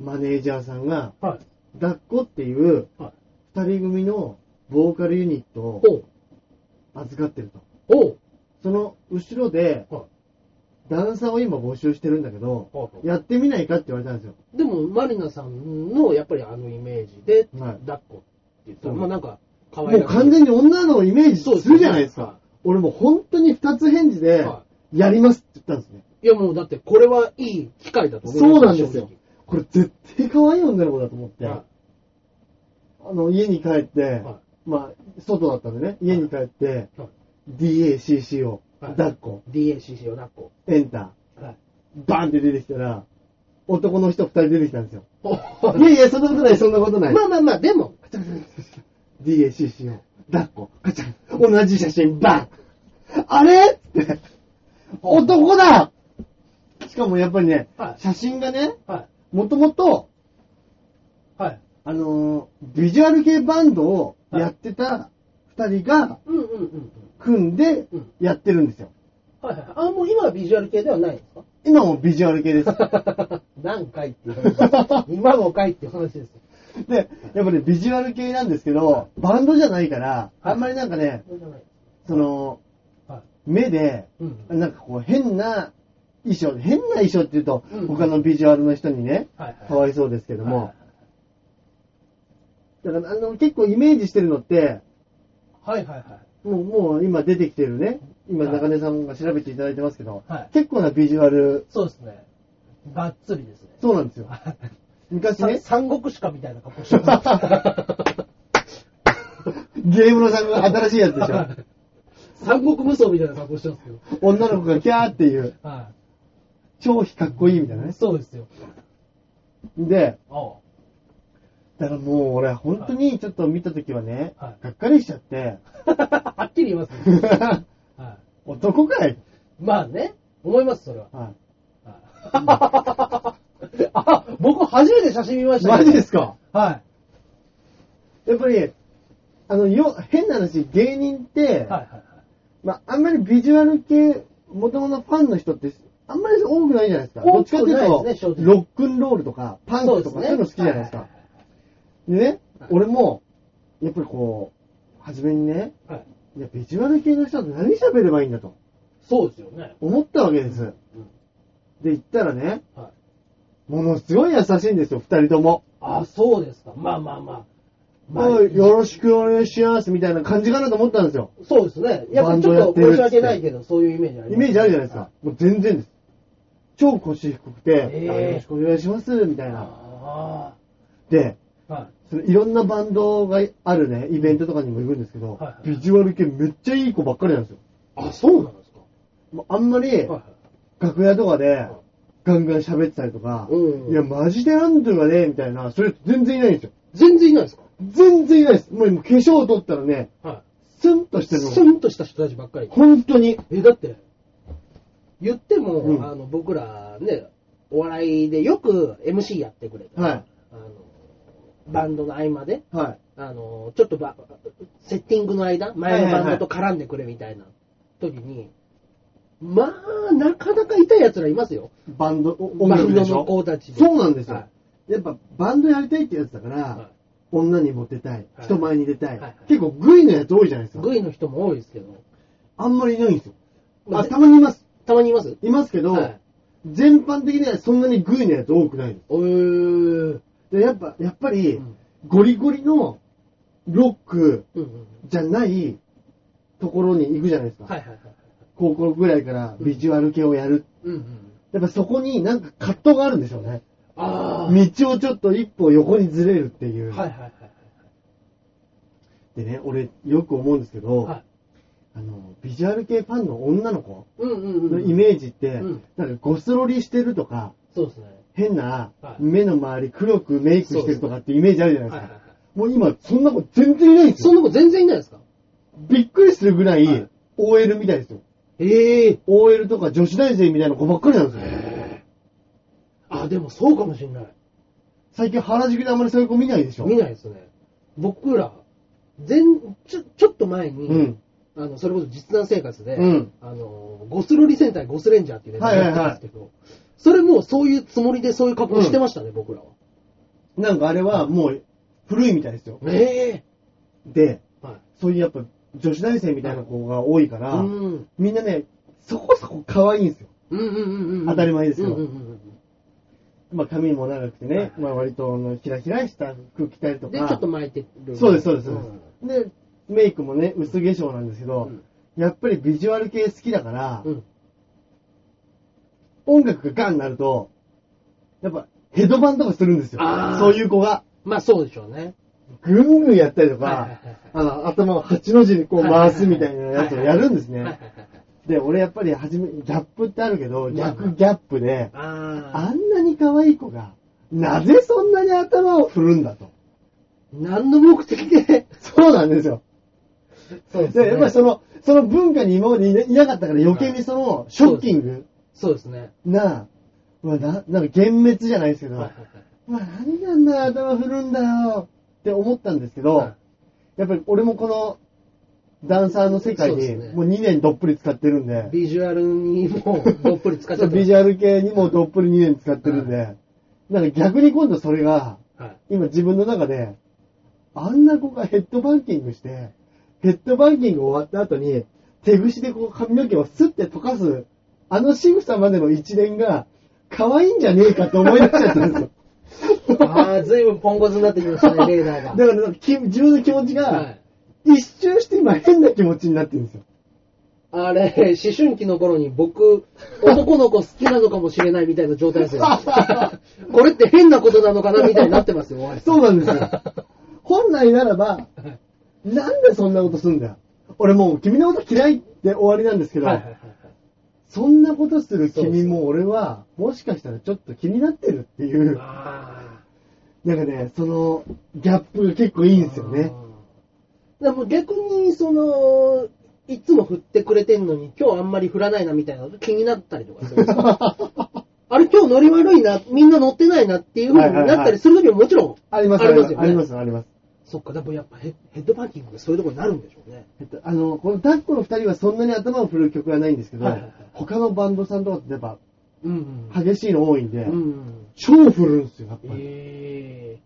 マネージャーさんが、
い。はい。
抱っこっていう
はい。
二人組のボーカルユニットを
おう
預かってると。
おう
その後ろで、
は
ダンサーを今募集してるんだけど、
い。はい
やってみないかって言われたんですよ。
でも、マリナさんの、やっぱりあのイメージで、
はい
抱っこって言ったら、
うん
まあなんか、可
も
愛ら
う
しい
完全に女のイメージす
そうですね
るじゃないですか
は。
俺もう本当に二つ返事で
は、
やりますって言ったんですね。
いやもうだって、これはいい機会だと思います
そうなんですよ
正。
これ絶対可愛い女の子だと思って、
直は
あの、家に帰って、
は
まあ、外だったんでね、家に帰って、
はい
DACC を
はい
抱っこ、
DACC を抱っこ。
エンタ
はい。
ー、バーンって出てきたら、男の人二人出てきたんですよ。
お
いやいや、そんなことない、そんなことない。
まあまあまあ、で も、
DACC を抱っこ、カチャン、同じ写真、バーンあれって、男だしかもやっぱりね
は、い
写真がね、
はい。
もともと、
はい。
あのービジュアル系バンドをやってた二人が
うんうんうんうん。
組んで
うん
やってるんですよ。
はいはい。あ、もう今はビジュアル系ではないんですか
今もビジュアル 系です。
何回っていう話。今も回っていう話です。
で、やっぱりビジュアル系なんですけど、バンドじゃないから、
はい
あんまりなんかね、
それじゃない。
その、
はい。
目で、
うん。はい
なんかこう変な衣装、変な衣装って言うと
うん、
他のビジュアルの人にね、
はい。
かわいそうですけども、だからあの結構イメージしてるのって、
はいはいはい。
もうもう今出てきてるね、今
はい
中根さんが調べていただいてますけど、
はい
結構なビジュアル、
そうですね。バッツリ ですね。
そうなんですよ。昔
さ
ね、
三国志かみたいな格好して ました。
ゲームの作が新しいやつでしょ。
三国無双みたいな格好してますけど。
女の子がキャーっていう、
は
超非かっこいいみたいなね
い。。そうですよ。
で、
ああ。
だからもう俺本当にちょっと見たときはね、
は
がっかりしちゃって、
はっきり言います ね。は
男かい、
い、まあね、思います、それは。
は
はいあ、僕初めて写真見ま
い、
した
マジですか
は
やっぱり、あの、よ、変な話、芸人っ
い。
て、
はいはいはい。
まあ、あんまりビジュアル系、もともとファンの人って、あんまり多くないじゃないですか。ど
多
っちかっ
く
ていう
ない
と、
ですね正直
ロックンロールとか、パンクとか、そういうの好きじゃないですか。でね
はい、
俺も、やっぱりこう、初めにね、
はいはいはいはい
いや、ビジュアル系の人と何喋ればいいんだと
そうですよね。
思ったわけです。
うん
で、行ったらね、
はい、
ものすごい優しいんですよ、二人とも。
あ、そうですか。まあまあまあ。まあ
おいよろしくお願いします、みたいな感じかなと思ったんですよ。
そうですね。やっ
バ
ぱ
ン
ちょ
ドや
っと
ってるっつっ
申
て
し訳ないけど、そういうイメージあり
イ
ます、
メージあるじゃないですか。もう全然です。超腰低くて、
えー
あよろしくお願いします、みた
はいい。
な。
あ
で、
あ。はい。
そのいろんなバンドがあるね、イベントとかにも行くんですけ
は
ど、
いはい
ビジュアル系めっちゃいい子ばっかりなんですよ。
あ、そうなんですか。
もうあんまり
はいはい
楽屋とかで
い
ガンガン喋ってたりとか、
うんうん
いや、マジでアンドゥがね、みたいな、それ全然いないんですよ。
全然いないですか。
全然いないです。もう今化粧を取ったらね、
は
スンとし
い。
てるの。
スンとした人たちばっかり。
本当に。
え、だって、言っても、
うん
あの、僕らね、お笑いでよく MC やってくれた、
はい。
あの、バンドの合間で、
はい。
あの、ちょっとば、セッティングの間、前のバンドと絡んでくれみたいな時に、まあ、なかなか痛い奴らいますよ。
バンド、お音
バ
楽
ンド
でし
の
ょ
子たちで。
そうなんですよ。
はい
やっぱバンドやりたいってやつだから、
は
女にモテたい、
はい
人前に出たい、
はい
結構グイのやつ多いじゃないです
い。
か。
グイの人も多いですけど。
あんまりいないんですよ。
まあ
あ、たまにいます。
たまにいます
いますけど、
はい。
全般的にはそんなにグイのやつ多くないで
おー。
す。で、やっぱ、やっぱり、
うん
ゴリゴリのロック
うんうん
じゃないところに行くじゃないですか。
はいはいはい。
高校ぐらいからビジュアル系をやる。
うんうん。
やっぱそこになんか葛藤があるんでしょうね。
ああ。
道をちょっと一歩横にずれるっていう。
はいはいはいはい。
でね、俺よく思うんですけど、
はい
あの、ビジュアル系ファンの女の子
うんうんうん
の
うん。
イメージって、
うん
なんかゴスロリしてるとか、
そうですね。
変な
はい
目の周り黒くメイクしてるとかってイメージあるじゃないで
はい
す
はいは
か
い。
もう今、そんな子全然いないんです
そ
よ。
んな子全然いないですか
びっくりするぐら
はいい
OL みたいですよ。
ええ。
OL とか女子大生みたいな子ばっかりなんですよ。
あ、でもそうかもしれない。
最近原宿であんまりそういう子見ないでしょ。
見ないですね。僕ら、全、ちょ、ちょっと前に、
うん
あの、それこそ実弾生活で、
うん
あの、ゴスロリ戦隊ゴスレンジャーっていうね、
はいはいはい
やってたんですけど、それもそういうつもりでそういう格好してましたね、僕らは。
なんかあれはもう古いみたいですよ。
ええ
で、
はい。
そういうやっぱ女子大生みたいな子が多いから、
うん。
みんなね、そこそこ可愛いんですよ。
うんうんうんうん。
当たり前ですよ
うんうんうんうん
まあ髪も長くて
はい
ね、まあ割とあのひらひらした服着たりと
で、
か。
ちょっと巻いてる。
そうです、そうです、そう
う
で
ん
す。で、メイクもね、薄化粧なんですけど、
うん
やっぱりビジュアル系好きだから、
うん。
音楽がガンになると、やっぱヘドバンとかするんですよ
あ。ー
そういう子が。
まあそうでしょうね。
ぐんぐんやったりと
はいはい
か
はい、
あの、頭を8の字にこう回すみたいなやつをやるんです
はいはいは。
ね
い
で、俺やっぱり初め、ギャップってあるけ
まあ
ど、
まあ
逆ギャップで、
ああ
あんなに可愛い子が、なぜそんなに頭を振るんだと。
何の目的で
そうなんですよ。
そうです
で、やっぱり
ね。
その、その文化に今までいないなかったから余計にその、ショッキング
そうですね。
な、まあ、な、なんか幻滅じゃないですけど、
はいはい
まあ、何なんだ、頭振るんだよって思ったんですけど、
はい
やっぱり俺もこの、ダンサーの世界
そうで
に
すね
もう2年どっぷり使ってるんで、
ビジュアルにもどっぷり使っち
そ
ゃ
う
って
ビジュアル系にもどっぷり2年使ってるんで、なんか逆に今度それが、
はい
今自分の中で、あんな子がヘッドバンキングして、ヘッドバンキング終わった後に、手ぐしでこう髪の毛をスッて溶かす、あの仕草までの一連が、可愛いんじゃねえかと思い出しちゃったん ですよ。
ああ、ずいぶんポンコツになってきました ね、レーダーが。
だから、き自分の気持ち
は
が、
い
一周して今変な気持ちになってるんですよ。
あれ、思春期の頃に僕、男の子好きなのかもしれないみたいな状態 ですよ。これって変なことなのかなみたいになってますよ、おい
そうなんですよ。本来ならば、なんでそんなことすんだよ。俺もう君のこと嫌いって終わりなんですけど、
はいはいはいはい
そんなことする
そうそう
君も俺は、もしかしたらちょっと気になってるっていう、
あ
なんかね、そのギャップが結構いい
ー
んですよね。。
でも逆に、その、いつも振ってくれてんのに、今日あんまり振らないなみたいなのが気になったりとかするんです よあれ今日乗り悪いな、みんな乗ってないなっていう風になったりする時ももちろん
あります、あ
あり
りま
ます
す、
よ
ありま
ね。
す、あります。
そっか、でもやっぱヘヘッドバンキングがそういうところになるんでしょうね。
えっとあの、このタッコの二人はそんなに頭を振る曲はないんですけど、
はいはいはい
他のバンドさんとかってやっぱ
うんうん
激しいの多いんで、
うん。
超振るんですよ、やっぱり。
え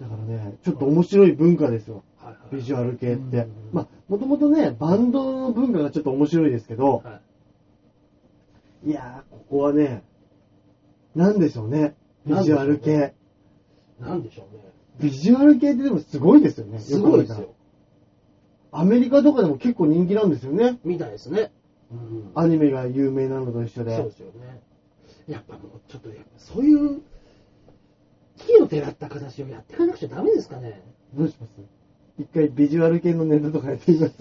だからね、ちょっと面白い文化ですよ、
えはいはい
ビジュアル系っ
うん
て。まあ、もともとね、バンドの文化がちょっと面白いですけど、
はい
いやー、ここはね、なんでしょうね。ビジュアル系。
なんでしょうね。
ビジュアル系ってでもすごいですよね。
すごいです
く考え
よ。
たら。アメリカとかでも結構人気なんですよね。
みたいですね。うん
アニメが有名なのと一緒で。
そうですよね。やっぱもうちょっとやっぱそういう、木をてらった形をやっていかなくちゃダメですかね。
どうします一回ビジュアル系のネタとかやってみます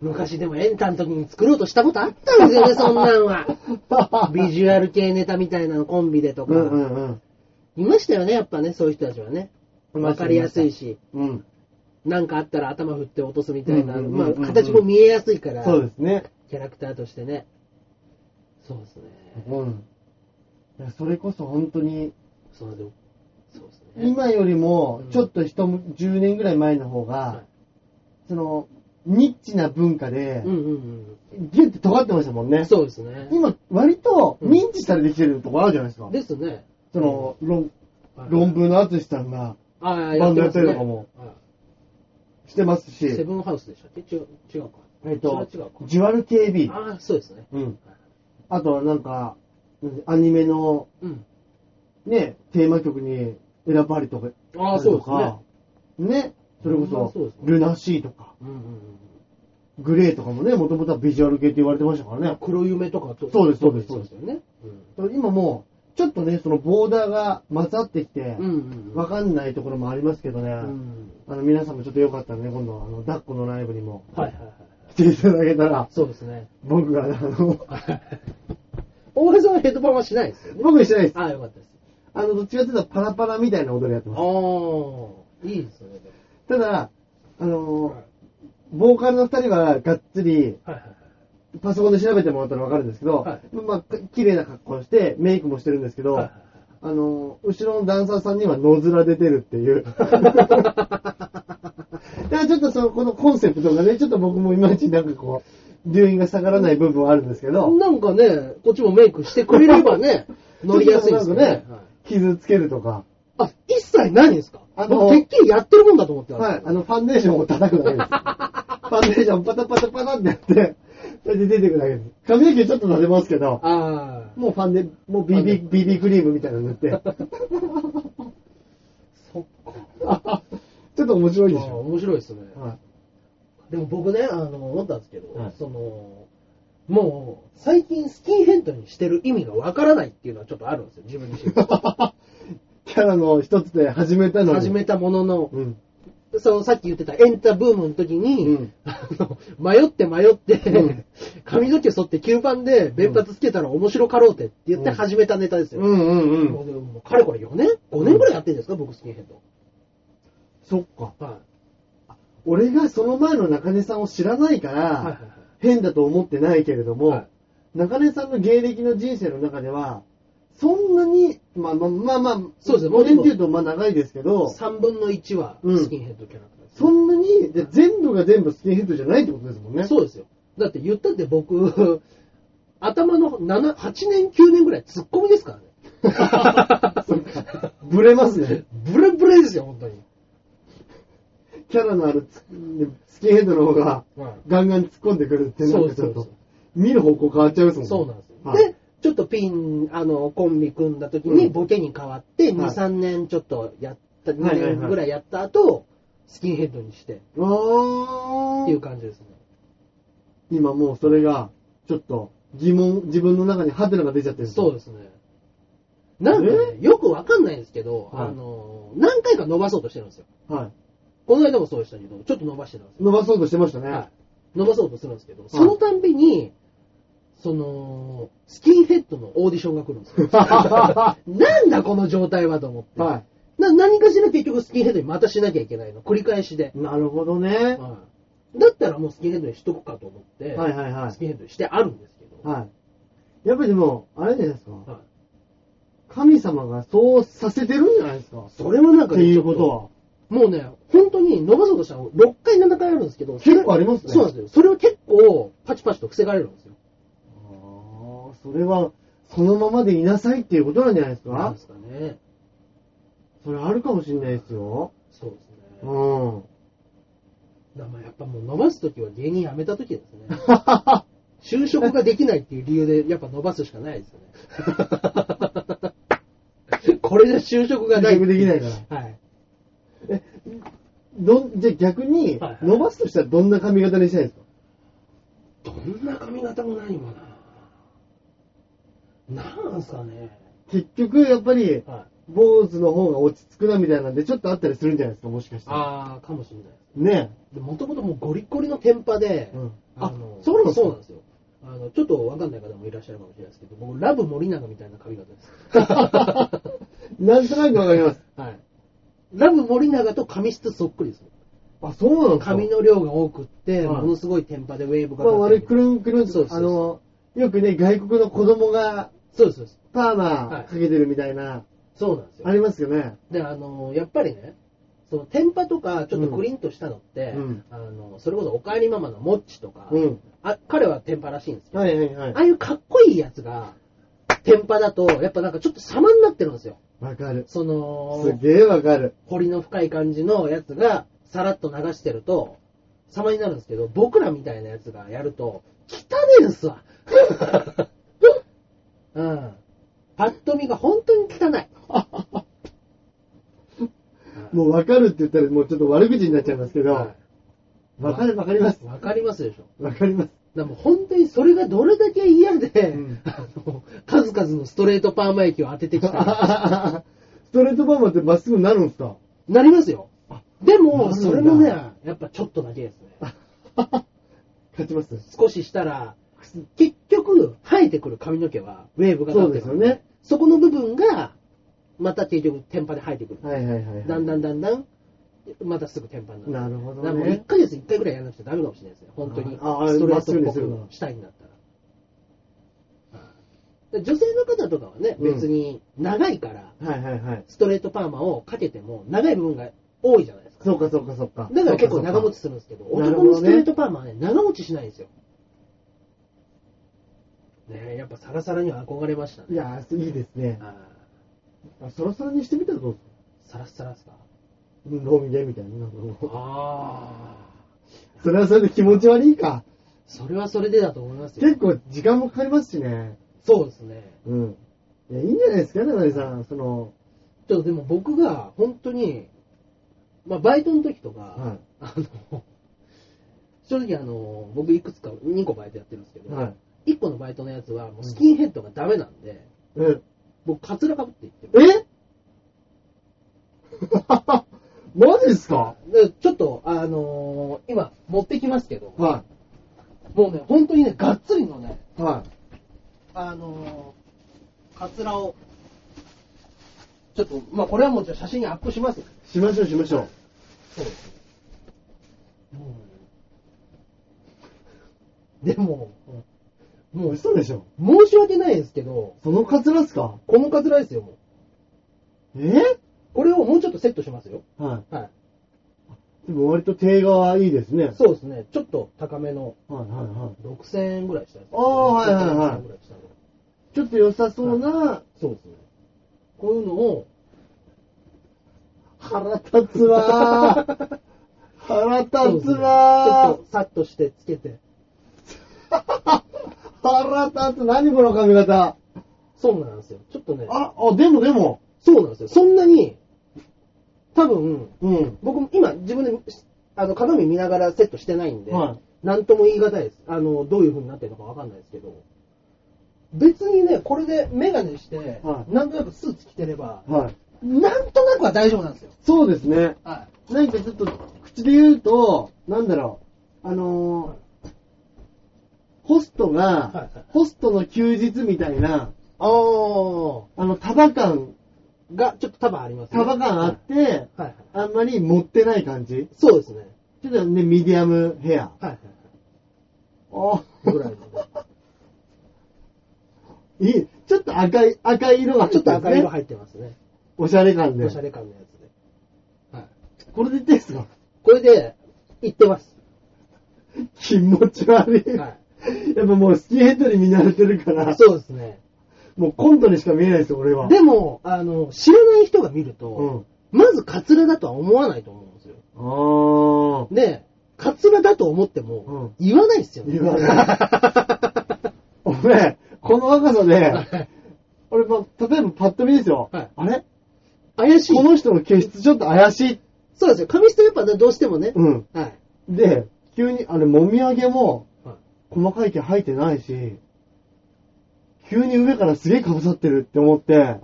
昔でもエンタの時に作ろうとしたことあったんです よね、そんなんは。ビジュアル系ネタみたいなのコンビでとか。
うんうん
いましたよね、やっぱね、そういう人たちはね。
うん。
わかりやすいし、
うん。
なんかあったら頭振って落とすみたいな、
うんうんうん
ま
う
あ
ん
形も見えやすいから、
そうですね。
キャラクターとしてね。そうですね。
うん。いやそれこそ本当に、
そうでもそうですね。
今よりも
うん、
ちょっと一む10年ぐらい前の
は
方が、その、ニッチな文化
い
で
うん、うん
ギュッて尖ってましたもん
うん。
ね。
そうですね。
今、割と認知されてきてるとこあるじゃないですか。
ですね。
その、論
はい
論文の淳さんが
ああ
バンド
ま
やっ
す
た
ね
りとかも
はい
してます
セ
し、
ブンハウスでしたっけ違う違うか。
えっと
それは違うか、
ジュアル KB。
ああ、そうですね。
うん。あとはなんか、アニメの
うん。
ね、テーマ曲に選ばれとか、
ああ、そうですね。
ね。それこ
あそう
そ
です、ね
ルナシーとか、
うんうんうん。
グレーとかもね、もともとはビジュアル系って言われてましたからね。
黒夢とかと
そうですそうですそうです
よね。
今もう、ちょっとね、そのボーダーが混ざってきて
うん。う、ん
わかんないところもありますけどね。
うんうん。
あの、皆さんもちょっとよかったらね、今度、あの、抱っこのライブにも
はいはいはい。
来ていただけたら、
そうですね。
僕が、あの、
大江さんはヘッドバンはしないですよね。
僕してないです。
ああ、よかったです。
あの、どっちかっていうとパラパラみたいな踊りやって
あ
ます。
あ、いいですね。
ただ、あ
はい
の、ボーカルの二人はがっつり、
はいはい。
パソコンで調べてもらったらわかるんですけど、
は
まあ、か綺麗な格好をして、メイクもしてるんですけど、
はいはいはい
あの、後ろのダンサーさんには野面で出るっ ていう。だからちょっとその、このコンセプトがね、ちょっと僕もいまいちなんかこう、留飲が下がらない部分はあるんですけど、
なんかね、こっちもメイクしてくれればね、乗りやすいですよね。
ちょっとなんか
はい
傷つけるとか、
あ、一切ないんですか
あ
あ
の
の、てっきりやってるもんだと思ってたんです
はい
け、ど
あの、ファンデーションを叩くだけ です。ファンデーションパタパタパタってやって、それで出てくるだけです。髪の毛ちょっと撫でますけど、
ああ、
もうファンデ、もう BB、BB クリームみたいなの塗って、
そっか。
ちょっと面白いでし
あー
ょ。
面白いですね。
はい
でも僕ね、あの、思ったんですけど、
はい
その、もう、最 近スキンヘッドにしてる意味がわからないっていうのはちょっとあるんですよ、自分自身。
キからの一つで始めたのに。
始めたものの、
うん。
そのさっき言ってたエンタブームの時に、
うん
あの迷って迷って、
うん
髪の毛剃って吸盤で弁髪つけたら面白かろうてって言って始めたネタですよ。
うんうん
も
うん。
うもうかれこれ4年 ?5 年ぐらいやってるんですか、僕スキンヘッド。
そっか。
はい
俺がその前の中根さんを知らないから、
はいはいはい
変だと思ってないけれども、
はい
中根さんの芸歴の人生の中では、そんなに、まあまあまあまあ、
そうですね
5年っていうとまあ長いですけど、
3分の1は
うん
スキンヘッドキャラクターです、
そんなに、で全部が全部スキンヘッドじゃないってことですもんね。
そうですよ。だって言ったって僕、頭の7、8年、9年ぐらいツッコミですからね。
ブレますね。
ブレブレですよ、本当に。
キャラのあるつスキンヘッドの方が、ガンガン突っ込んでくるってな
そう
る
です
とちょっ
そう
と
で、
見る方向変わっちゃいますもんね。
そうなんですよ。
はい
で、ちょっとピン、あの、コンビ組んだ時に
うん
ボケに変わって、2、
はい
3年ちょっとやった、2
はいはいはい
年ぐらいやった後、スキンヘッドにして、
あー
っていう感じですね。
今もうそれが、ちょっと疑問、自分の中にハテナが出ちゃってる。
そうですね。なんかね、よくわかんないんですけど、
はい
あの、何回か伸ばそうとしてるんですよ。
は
この間もそうでしたけど、ちょっと伸ばしてたんですよ
い。伸ばそうとしてましたね。
はい、伸ばそうとするんですけど、そのたんびに、その、スキンヘッドのオーディションが来るん ですよ。なんだこの状態はと思って、
は
な。何かしら結局スキンヘッドにまたしなきゃいけないの。繰り返しで。
い。なるほどね。
はいだったらもうスキンヘッドにしとくかと思って、
はいはいは
スキンヘッドにしてあるんですけ
い。
ど、
はい。やっぱりでも、あれじゃないですか。
はい
神様がそうさせてるんじゃないですか。
それもなんか
って
ね、
い
ちょ
う
っと
ことは。
もうね、本当に伸ばそうとしたら6回7回あるんですけど、それ
結構ありますね
そうなんですよ。それを結構パチパチと防がれるんですよ。
あーそれは、そのままでいなさいっていうことなんじゃないです
なん
か
ですかね。
それあるかもしれないですよ。
そうですね。
うん。
だからまあやっぱもう伸ばすときは芸人辞めたとき ですね。就職ができないっていう理由でやっぱ伸ばすしかないです よね。これで就職がない。
就職できないか
はい。
どん、じゃあ逆に
はいは、い
伸ばすとしたらどんな髪型にしたいですか
どんな髪型もないもんな。なんすかね。
結局、やっぱり、
はい。
坊主の方が落ち着くなみたいなんで、ちょっとあったりするんじゃないですか、もしかしたら。
ああ、かもしれない。
ね
でもともともうゴリゴリの天パで、
うん
あ
あ
の
そうなんですか
そうなんですよ。あの、ちょっとわかんない方もいらっしゃるかもしれないですけど、僕、ラブ森永みたいな髪型 です。
なんとなくわかります。
はい。ラブ森永と髪質そっくりです。
あ、そうなんですか
髪の量が多くって、
はい
ものすごいテンパでウェーブが
まあ、
かか
悪
っ
い
て
く
る。
るんくるん
そう
と
そう、そう
あの、よくね、外国の子供が
そうです、そうです。
パーマかけてるみたいな、
そうなんです
あ
よ。
りますよね。
で、あの、やっぱりね、そのテンパとかちょっとクリンとしたのって、
うん
あの、それこそおかえりママのモッチとか、
うん
あ彼はテンパらしいんですよ。
はいはいはい
あ。あいうかっこいいやつが、テンパだと、やっぱなんかちょっと様になってるんですよ。
わかる。
そ
す
の、
げえわかる。
彫りの深い感じのやつが、さらっと流してると、様になるんですけど、僕らみたいなやつがやると、汚ねえんすわ。 うん。パッと見が本当に汚 い。
もうわかるって言ったらもうちょっと悪口になっちゃいますけど、わ
は、い
かるわかります。
わかりますでしょ。
わかりま
だ
す。
からもう本当にそれがどれだけ嫌で、
ん
あの数々のストレートパーマ液を当ててき た。
ストレートパーマってまっすぐになるんですか
なりますよ。で
なるん
も、
だ
それもね、やっぱちょっとだけですね。
勝ちます
少ししたら、結局、生えてくる髪の毛は、ウェーブが立ってる
そうですよね。
そこの部分が、また結局、天パで生えてくる。
はいはいはい。
だんだんだんだん、またすぐ天パになる。
なるほどね
だからもう1ヶ月1回ぐらいやらなくちゃダメかもしれないですね。本当に。
ああ
ストレートっ
ま
ぽ
っすぐにするの
くしたいんだったら。で女性の方とかはね、
うん
別に長いから、
はいはいはい。
ストレートパーマをかけても、長い部分が多いじゃないですか。
そうかそうかそうか。
だから結構長持ちするんですけど、男のストレートパーマはね、長持ちしないんですよ。ねえ、やっぱサラサラには憧れました
い
ね。
やー、いいですね。
あ
あそろそろにしてみ たらどうですか
ーサラサラですか
ロン毛みたいな。なんかもう
あ
それはそれで気持ち悪いか。
あ。それはそれでだと思いますよ
結。構時間もかかりますしね。
そうですね。
うん。いや、いいんじゃないですか、中根さん。その、
ちょっとでも僕が本当に、まあバイトの時とか、
はい
あの、正直あの、僕いくつか2個バイトやってるんですけど、
はい。
1個のバイトのやつはもうスキンヘッドがダメなんで、
うん
僕カツラかぶっていってる。
えマジっすか
でちょっと、あのー今、持ってきますけど、
は
もうね、本当にね、がっつりのね、
い。はい。
あのー、カツラを、ちょっと、まあ、これはもうじゃあ写真にアップしますよ。
しましょうしましょう。
そうです。もうでも、もう、
嘘でしょ
申し訳ないですけど、
そのカツラっすか
このカツラですよ、もう。
え
これをもうちょっとセットしますよ。
は
はい。
い。でも割と手がいいですね。
そうですね。ちょっと高めの
はいはいはい。
6000円ぐらいしたやつ。
ああはいはいはい
6000円ぐらいしたの
ちょっと良さそうな、
そうですね。こういうのを、
腹立つわ ー腹
そう
立
で
つ
すね ちょ
わ
っとサッとしてつけて。
ー腹立つ何この髪型
そうなんですよ。ちょっとね、
あ、あ、でもでも、
そうなんですよ。そんなに、多分、
うん。
僕も今自分であの鏡見ながらセットしてないんで、
は
なんとも言い難いです。あの、どういう風になってるのかわかんないですけど、別にね、これでメガネして、
はい
なんとなくスーツ着てれば、
はい。
なんとなくは大丈夫なんですよ。
そうですね。
は
なんかちょっと、口で言うと、なんだろう、あのーホスト
いは
が
い、
ホストの休日みたいな、
い。あー。
あの、束感、
が、ちょっと束ありますね。
束感あって、
はいはい。
あんまり持ってない感じ。
そうですね。
ちょっとね、ミディアムヘア。
はいはい。
あ
ぐらいの。
いい。ちょっと赤い、赤い色が
ちょっと赤い色
っ
入ってますね。
おしゃれ感で
おし。ゃれ感のやつで。はい。
これでいってんすか
これで、いってます。
気持ち悪い。
は
やっぱもうスキンヘッドに見慣れてるから
い。、そうですね。
もうコントにしか見えないですよ、俺は。
でも、あの、知らない人が見る
うん
と、。まずカツラだとは思わないと思うんですよ。
あー。
で、カツラだと思っても、言わないですよね。
言わなお前、この若さで、俺、まあ、例えばパッと見ですよ。
はい
あれ
怪しい
こ。の人の毛質ちょっと怪しい。
そうですよ。髪質やっぱどうしてもね。
うん。
はい。
で、急に、あれ、もみあげも
はい、
細かい毛生えてないし、急に上からすげえかぶさってるって思って、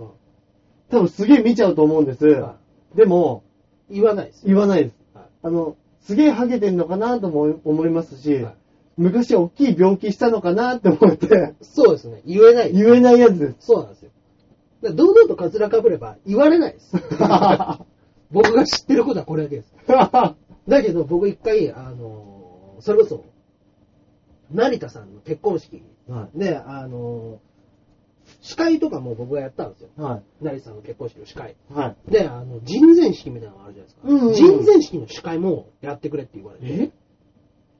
多分すげえ見ちゃうと思うんです。
は
でも、
言わないですよ。
言わないです。
はい
あの、すげえハゲてんのかなとも思いますし、
はい
昔大きい病気したのかなって思って、
そうですね。言えないです。
言えないやつです。
そうなんですよ。だから堂々とカツラかぶれば言われないで す。僕が知ってることはこれだけです。だけど僕一回、あのーそれこそ、成田さんの結婚式
は
で、あのー司会とかも僕がやったんですよ。
い。は
成田さんの結婚式の司会。
い。はい。
で、あの、人前式みたいなのがあるじゃないですか。
うんうんうん
人前式の司会もやってくれって言われて。
え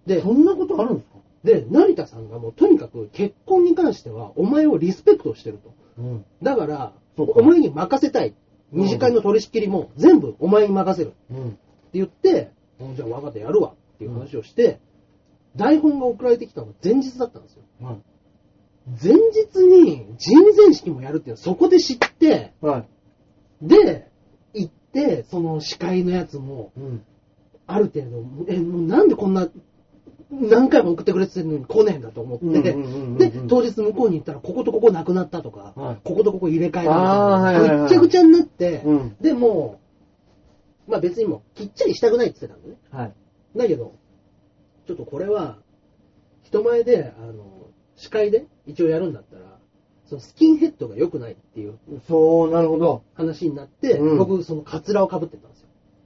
で
そ、んなことあるんですか
で、成田さんがもうとにかく結婚に関してはお前をリスペクトしてると。
うん。
だから、
そうか
お前に任せたい。二次会の取り仕切りも全部お前に任せるって
うん。
言って、じゃあ分かったやるわっていう話をして、台本が送られてきたのが前日だったんですよ。
は
前日に人前式もやるっていうのはそこで知って、
い。はい。
で、行って、その司会のやつも、
うん。
ある程度、え、もうなんでこんな、何回も送ってくれてるのに来ねえんだと思って、
うんうんうんうん
で、当日向こうに行ったら、こことここなくなったとか、
はい
こことここ入れ替えたと
あーはいはい
か、ぐ
はい
っちゃぐちゃになって、
うん
で、もう、まあ別にもう、きっちりしたくないって言ってたんだね。
はい。
だけど、ちょっとこれは、人前で、あの、司会で一応やるんだったら、そのスキンヘッドが良くないっていう
そう、なるほど。
話になって、
うん
僕、そのカツラをかぶってたんです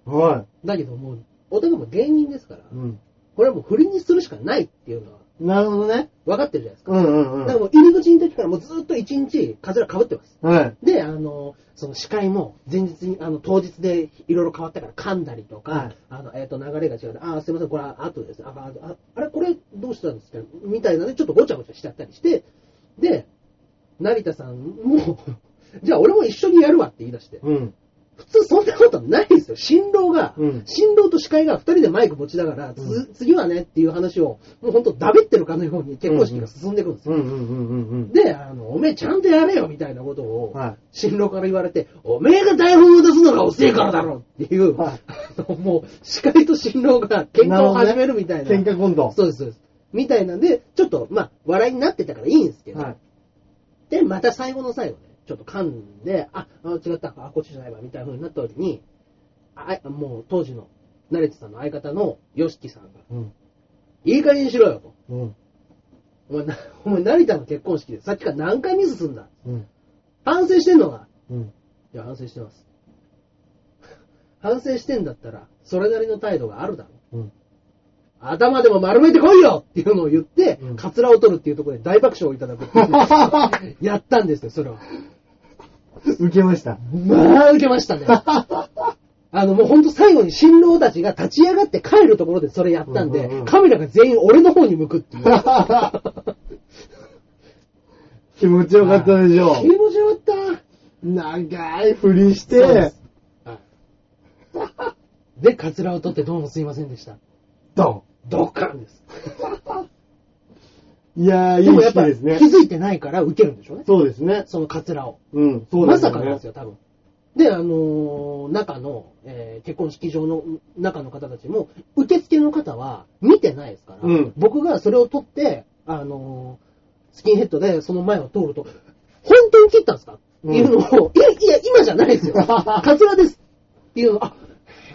よ。
は
だけどもう、お互いも芸人ですから、
い。うん。
これはもう振りにするしかないっていうのは
なるほどね。
分かってるじゃないですか。
うんうん
だか
う
ら
ん。
もう入り口の時からもうずっと一日カズラ被ってます。
はい。
で、あの、その司会も前日に、あの、当日でいろいろ変わったから噛んだりとか、
はい
あの、えっ、と、流れが違う。あー、すいません、これは後です。あ、あああれ、これどうしたんですかみたいなね、ちょっとごちゃごちゃしちゃったりして、で、成田さんも、 じゃあ俺も一緒にやるわって言い出して。
うん。
普通そんなことないですよ。新郎が、
うん
新郎と司会が二人でマイク持ちながら、つ
う
次はねっていう話を、もう本当だべってるかのように結婚式が進んでいくんですよ。
うんうんうんうんうん。
で、あの、おめえちゃんとやれよみたいなことを、
は
新郎から言われて、おめえが台本を出すのが遅いからだろっていう、
はい
あのもう司会と新郎が喧嘩を始めるみたいな。
喧嘩今度。
そうです、そうです。みたいなんで、ちょっと、まあ、笑いになってたからいいんですけど、
はい。
で、また最後の最後ね、ちょっと噛んで、あ、あ違った、あ、こっちじゃないわ、みたいな風になった時に、あもう当時の、慣れてたの相方の YOSHIKI さんが、
うん。
いい加減にしろよと。
うん。
お前な、 お前成田の結婚式でさっきから何回ミスすんだ。
うん。
反省してんのか
うん。
いや、反省してます。 反省してんだったら、それなりの態度があるだろ。
うん。
頭でも丸めてこいよっていうのを言って、
うん
カツラを取るっていうところで大爆笑をいただくっていう やったんですよ、それは。
受けました。
まあ、受けましたね。あの、もうほんと最後に新郎たちが立ち上がって帰るところでそれやったんで、
うんうんうん
カメラが全員俺の方に向く っていう。
気持ちよかったでしょ
気持ちよかっ。
長いふりした
そうで
て
す、はいで、カツラを取ってどうもすいませんでした。
ド
ドカンです。
ン。いやー、いい
でもやっ
式
ぱ、
ですね
気。づいてないから受けるんでしょうね。
そうですね。
そのカツラを。
うん、そう
ま
です
さ
ね。
かなんですよ、多分。で、あのー中の、えー結婚式場の中の方たちも、受付の方は見てないですから、
うん
僕がそれを取って、あのースキンヘッドでその前を通ると、本当に切ったんですかって
うん
いうのを、いや、いや、今じゃないです よ。カツラですっていうのあ、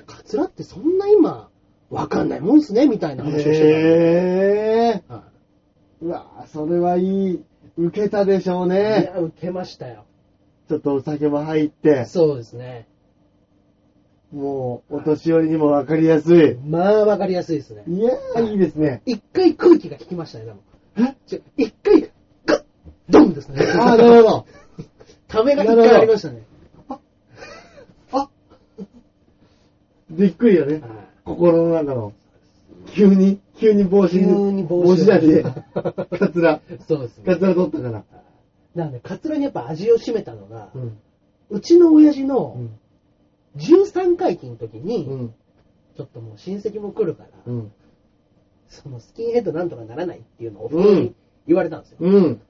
カツラってそんな今、わかんないもんですね、みたいな話をして
へ
た。はい
ー。うわー、それはいい。受けたでしょう
い
ね。
や、受けましたよ。
ちょっとお酒も入って、
そうですね。
もう、お年寄りにもわかりやすい。
まあ、わかりやすいですね。
いやー、いいです ね。
一回空気が引きましたね、でも。ちょ一回、グッドンですね。
あー、なるほど。
ためが一
なるほ
回
ど
ありましたね。
あびっくりよね。
はい
心の中の。急に、急に帽子
急に帽子
帽子だし、
が
カツラ、
そうです
カ
ね。
ツラ取ったから。
なんで、カツラにやっぱ味を占めたのが、
う。
うんちの親父
う
の
ん。
13回忌の時に、
うん。
ちょっともう親戚も来るから、
うん。
そのスキンヘッドなんとかならないっていうのをおふくろに言われたんですよ。
うん。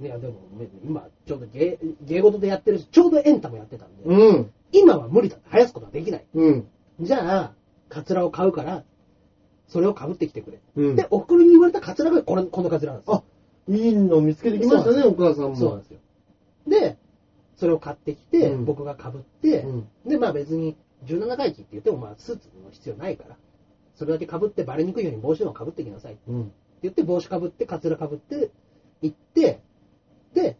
いや、でも、今、ちょうど芸芸事でやってるし、ちょうどエンタもやってたんで、
うん。
今は無理だ。生やすことはできない。
うん。
じゃあ、カツラを買うから、それを被ってきてくれ。
うん
で、おふくろに言われたカツラがこれこのカツラなんですよ。
あ、いいの見つけてきましたね、お母さんも。
そうなんですよ。で、それを買ってきて、
うん
僕が被って、
うん
で、まあ別に17回忌って言っても、まあスーツの必要ないから、それだけ被ってバレにくいように帽子でも被ってきなさいって
うん。
言って、帽子被って、カツラ被って、行って、で、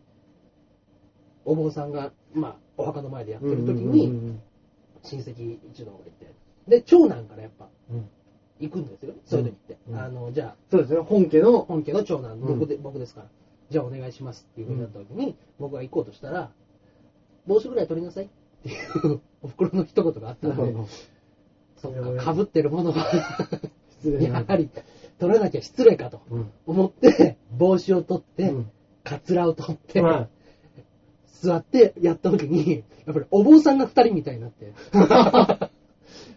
お坊さんが、まあ、お墓の前でやってる時
うん
に、親戚一同がいて、で、長男からやっぱ
うんうん
行くんですよ、そういう時って。
うんうん
あの、じゃあ、
そうですね、本家の、
本家の長男、
うん
僕で、僕ですから、じゃあお願いしますっていうふうになった時に、僕が行こうとしたら、帽子ぐらい取りなさいっていうお袋の一言があったので、そっか、被ってるものは、
失礼
や
な。
はり取らなきゃ失礼かと
うん。
思って、帽子を取って、
うん
カツラを取って、
はい
座ってやった時に、やっぱりお坊さんが二人みたいにな って、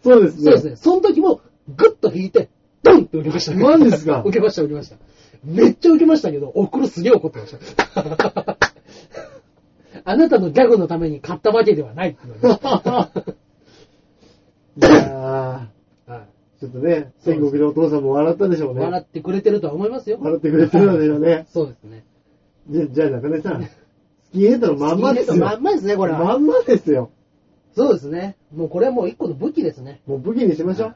そうですね。
そうですね、その時もグッと引いて、ドンって受けましたね。
マジですか
受けました、受けました。めっちゃ受けましたけど、おふくろすげえ怒ってました。 あなたのギャグのために買ったわけではないって言われて
いや
はい
ー、ちょっと ね、戦国でお父さんも笑ったでしょうね。
笑ってくれてるとは思いますよ。
笑ってくれてるのでしょうね。
そうですね。
じゃ、じゃあ中根さん、スキンヘッドのまんまですよ。
まんまですね、これは。
まんまですよ。
そうですね。もうこれはもう一個の武器ですね。
もう武器にしましょ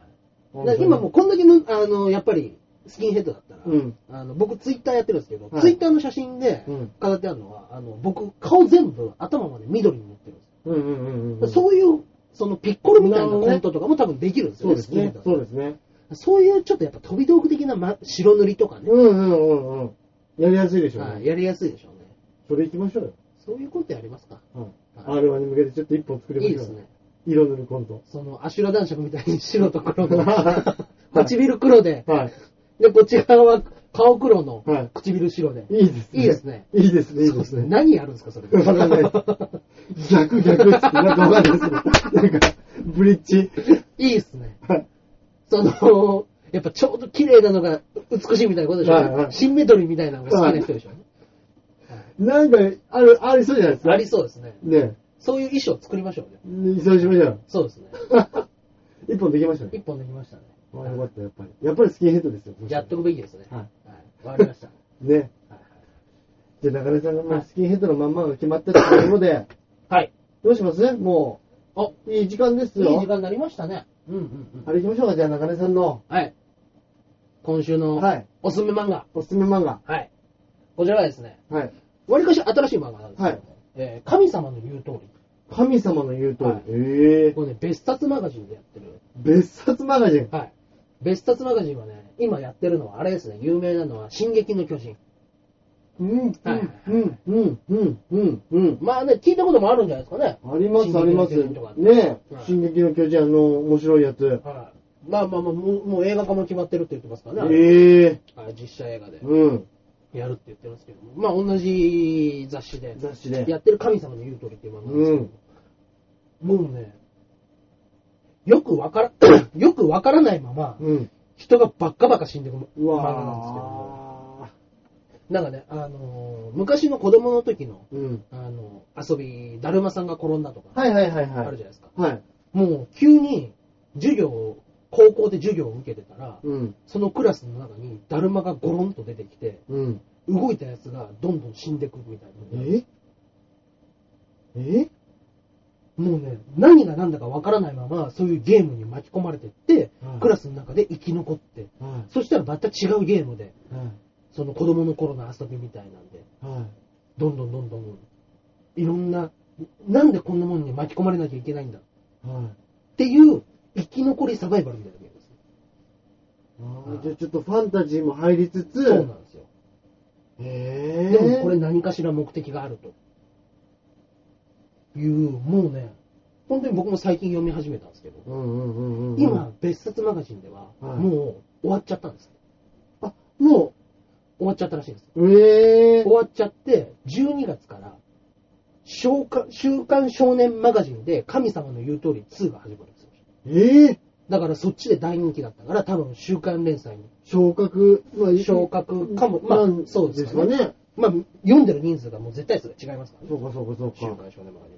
う。
だから今もうこんだけの、あの、やっぱり、スキンヘッドだったら、
うん
あの僕ツイッターやってるんですけど、
はい
ツイッターの写真で
うん
飾ってあるのは、あの僕顔全部頭まで緑に塗ってるんです。
うんうんうんうん。
そういう、そのピッコロみたいなコントとかも多分できるんですよ
そう
ね、
です
スキンヘッ
ね
ド。だと
そうですね。
そういうちょっとやっぱ飛び道具的な、ま、白塗りとかね、
うんうんうんうん。やりやすいでしょう
はい
ね。
やりやすいでしょうね。
それ行きましょうよ。
そういうコントやりますか
はい。R1 に向けてちょっと一本作りま
い
し
い
ょう
ですね。。
色塗るコント。
その、アシュラ男爵みたいに白と黒
は
の
い、
唇黒で、
はい。
で、こっち側は顔黒の
はい、
唇白で。
いいですね。
いいですね。
いいですね、いいですね。
何やるんですか、それ。
わかんないです。逆逆っつって、なんかわかんないですね。なんか、ブリッジ。
いいですね。
はい。
その、やっぱちょうど綺麗なのが美しいみたいなことでしょ、
はいはい
シンメトリーみたいなのが好きな人でしょ、
なんか、ある、ありそうじゃないですか。
ありそうですね。
ね
そういう衣装作りましょうね。
ねそうしましょう。
そうですね。
一本できましたね。
一本できましたね。
あよかった、やっぱり。やっぱりスキンヘッドですよ。
やっとくべきですね。。
はい
わかりました。 は
ね。
いはい
じゃあ、中根さんがま
は
あ
い
スキンヘッドのまんまが決まったってことで、
はい。
どうしますもう、
お、
いい時間です
いい
よ。
時間になりましたね。うんうんうん。
あれ行きましょうか、じゃあ中根さんの、
はい。今週の
はい、
おすすめ漫画。
おすすめ漫画。
はい。こちらはですね、
はい。
わりかし新しい漫画なんですけど、
はい
えー神様の言う通り。
神様の言うと
はい
ええ
これね、別冊マガジンでやってる。
別冊マガジン。
はい。別冊マガジンはね、今やってるのはあれですね、有名なのは、進撃の巨人。
うん、
はい
うん、うん、うん、うん、うん。
まあね、聞いたこともあるんじゃないですかね。
あります、あります。
進撃の巨人とか
ねえ
は、い
進撃の巨人、あの、面白いやつ。
はい。まあまあまあ、もうもう映画化も決まってるって言ってますからね。
ええ
はい実写映画で
うん。
やるって言ってますけども。まあ同じ雑誌で。
雑誌で
やってる神様の言う通りっていう漫画なんですけど、もうね、よくわから、 よくわからないまま、
うん。
人がバッカバカ死んでいく漫
う
画なんですけども。
わ
なんかね、あのー昔の子供の時の、
ーうん。
あの遊び、だるまさんが転んだとか、
はいはいはいはい。
あるじゃないですか。
はい。
もう急に授業を、高校で授業を受けてたら、
うん。
そのクラスの中にだるまがゴロンと出てきて、
うん。
動いたやつがどんどん死んでくみたいな。
ええ
もうね、何が何だかわからないまま、そういうゲームに巻き込まれてって、
はい
クラスの中で生き残って、
は
そしたらまた違うゲームで、
い。は
その子供の頃の遊びみたいなんで、
い。はい。
どんどんどんどん、いろんな、なんでこんなもんに巻き込まれなきゃいけないんだっ
はい。
ていう、生き残りサバイバルみたいなゲームです。
あーじゃあちょっとファンタジーも入りつつ、
そうなんですよ。
ええ
でもこれ何かしら目的があると。いう、もうね、本当に僕も最近読み始めたんですけど、
うんうんうんうんうん、
今、別冊マガジンでは、
はい
もう終わっちゃったんです。
あも
終わっちゃったらしいんです。
うええ
終わっちゃって、12月から、週刊週刊少年マガジンで、神様の言う通り2が始まるんですよ。
ええ
だからそっちで大人気だったから、多分週刊連載に。
昇格まあ
昇格かもまあ
なん
そうです
か
よね
ね
まあ、読んでる人数がもう絶対数が違いますからね
そうかそうかそう
週
か
刊少年マガジンの。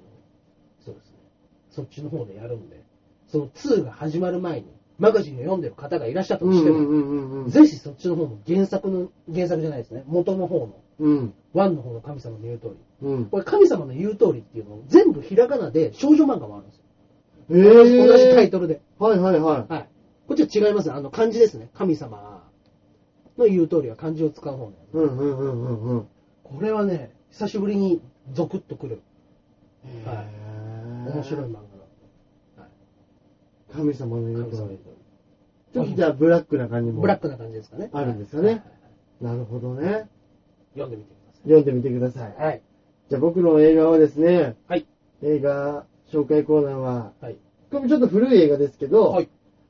そうですね。そっちの方でやるんで、その2が始まる前に、マガジンを読んでる方がいらっしゃった
う
と
ん
して
う
も、
んうんうん
ぜひそっちの方の原作の、原作じゃないですね、元の方の、
うん
1の方の神様の言う通り。
うん
これ神様の言う通りっていうのを全部ひらがなで少女漫画もあるんですよ。
ええ
同じタイトルで。
はいはいはい
はい。こっちは違いますね。あの漢字ですね。神様の言う通りは漢字を使う方のやつ。
うんうんうんうんうん
これはね、久しぶりにゾクッとくる。はい
い
面白い漫画だ。
神様の言う
神
と
様の
お
言
り
う通
ちょっとじゃあブラックな感じ
り。
も
ブラックな感じですかね。
あるんですか
はい
ね。なるほどね
読んでみてく
読んでみてくださ
だ
い
さい。はい。
じゃあ僕の映画はですね
はい。
映画紹介コーナーは
はい。
これもちょっと古い映画ですけど、
はい。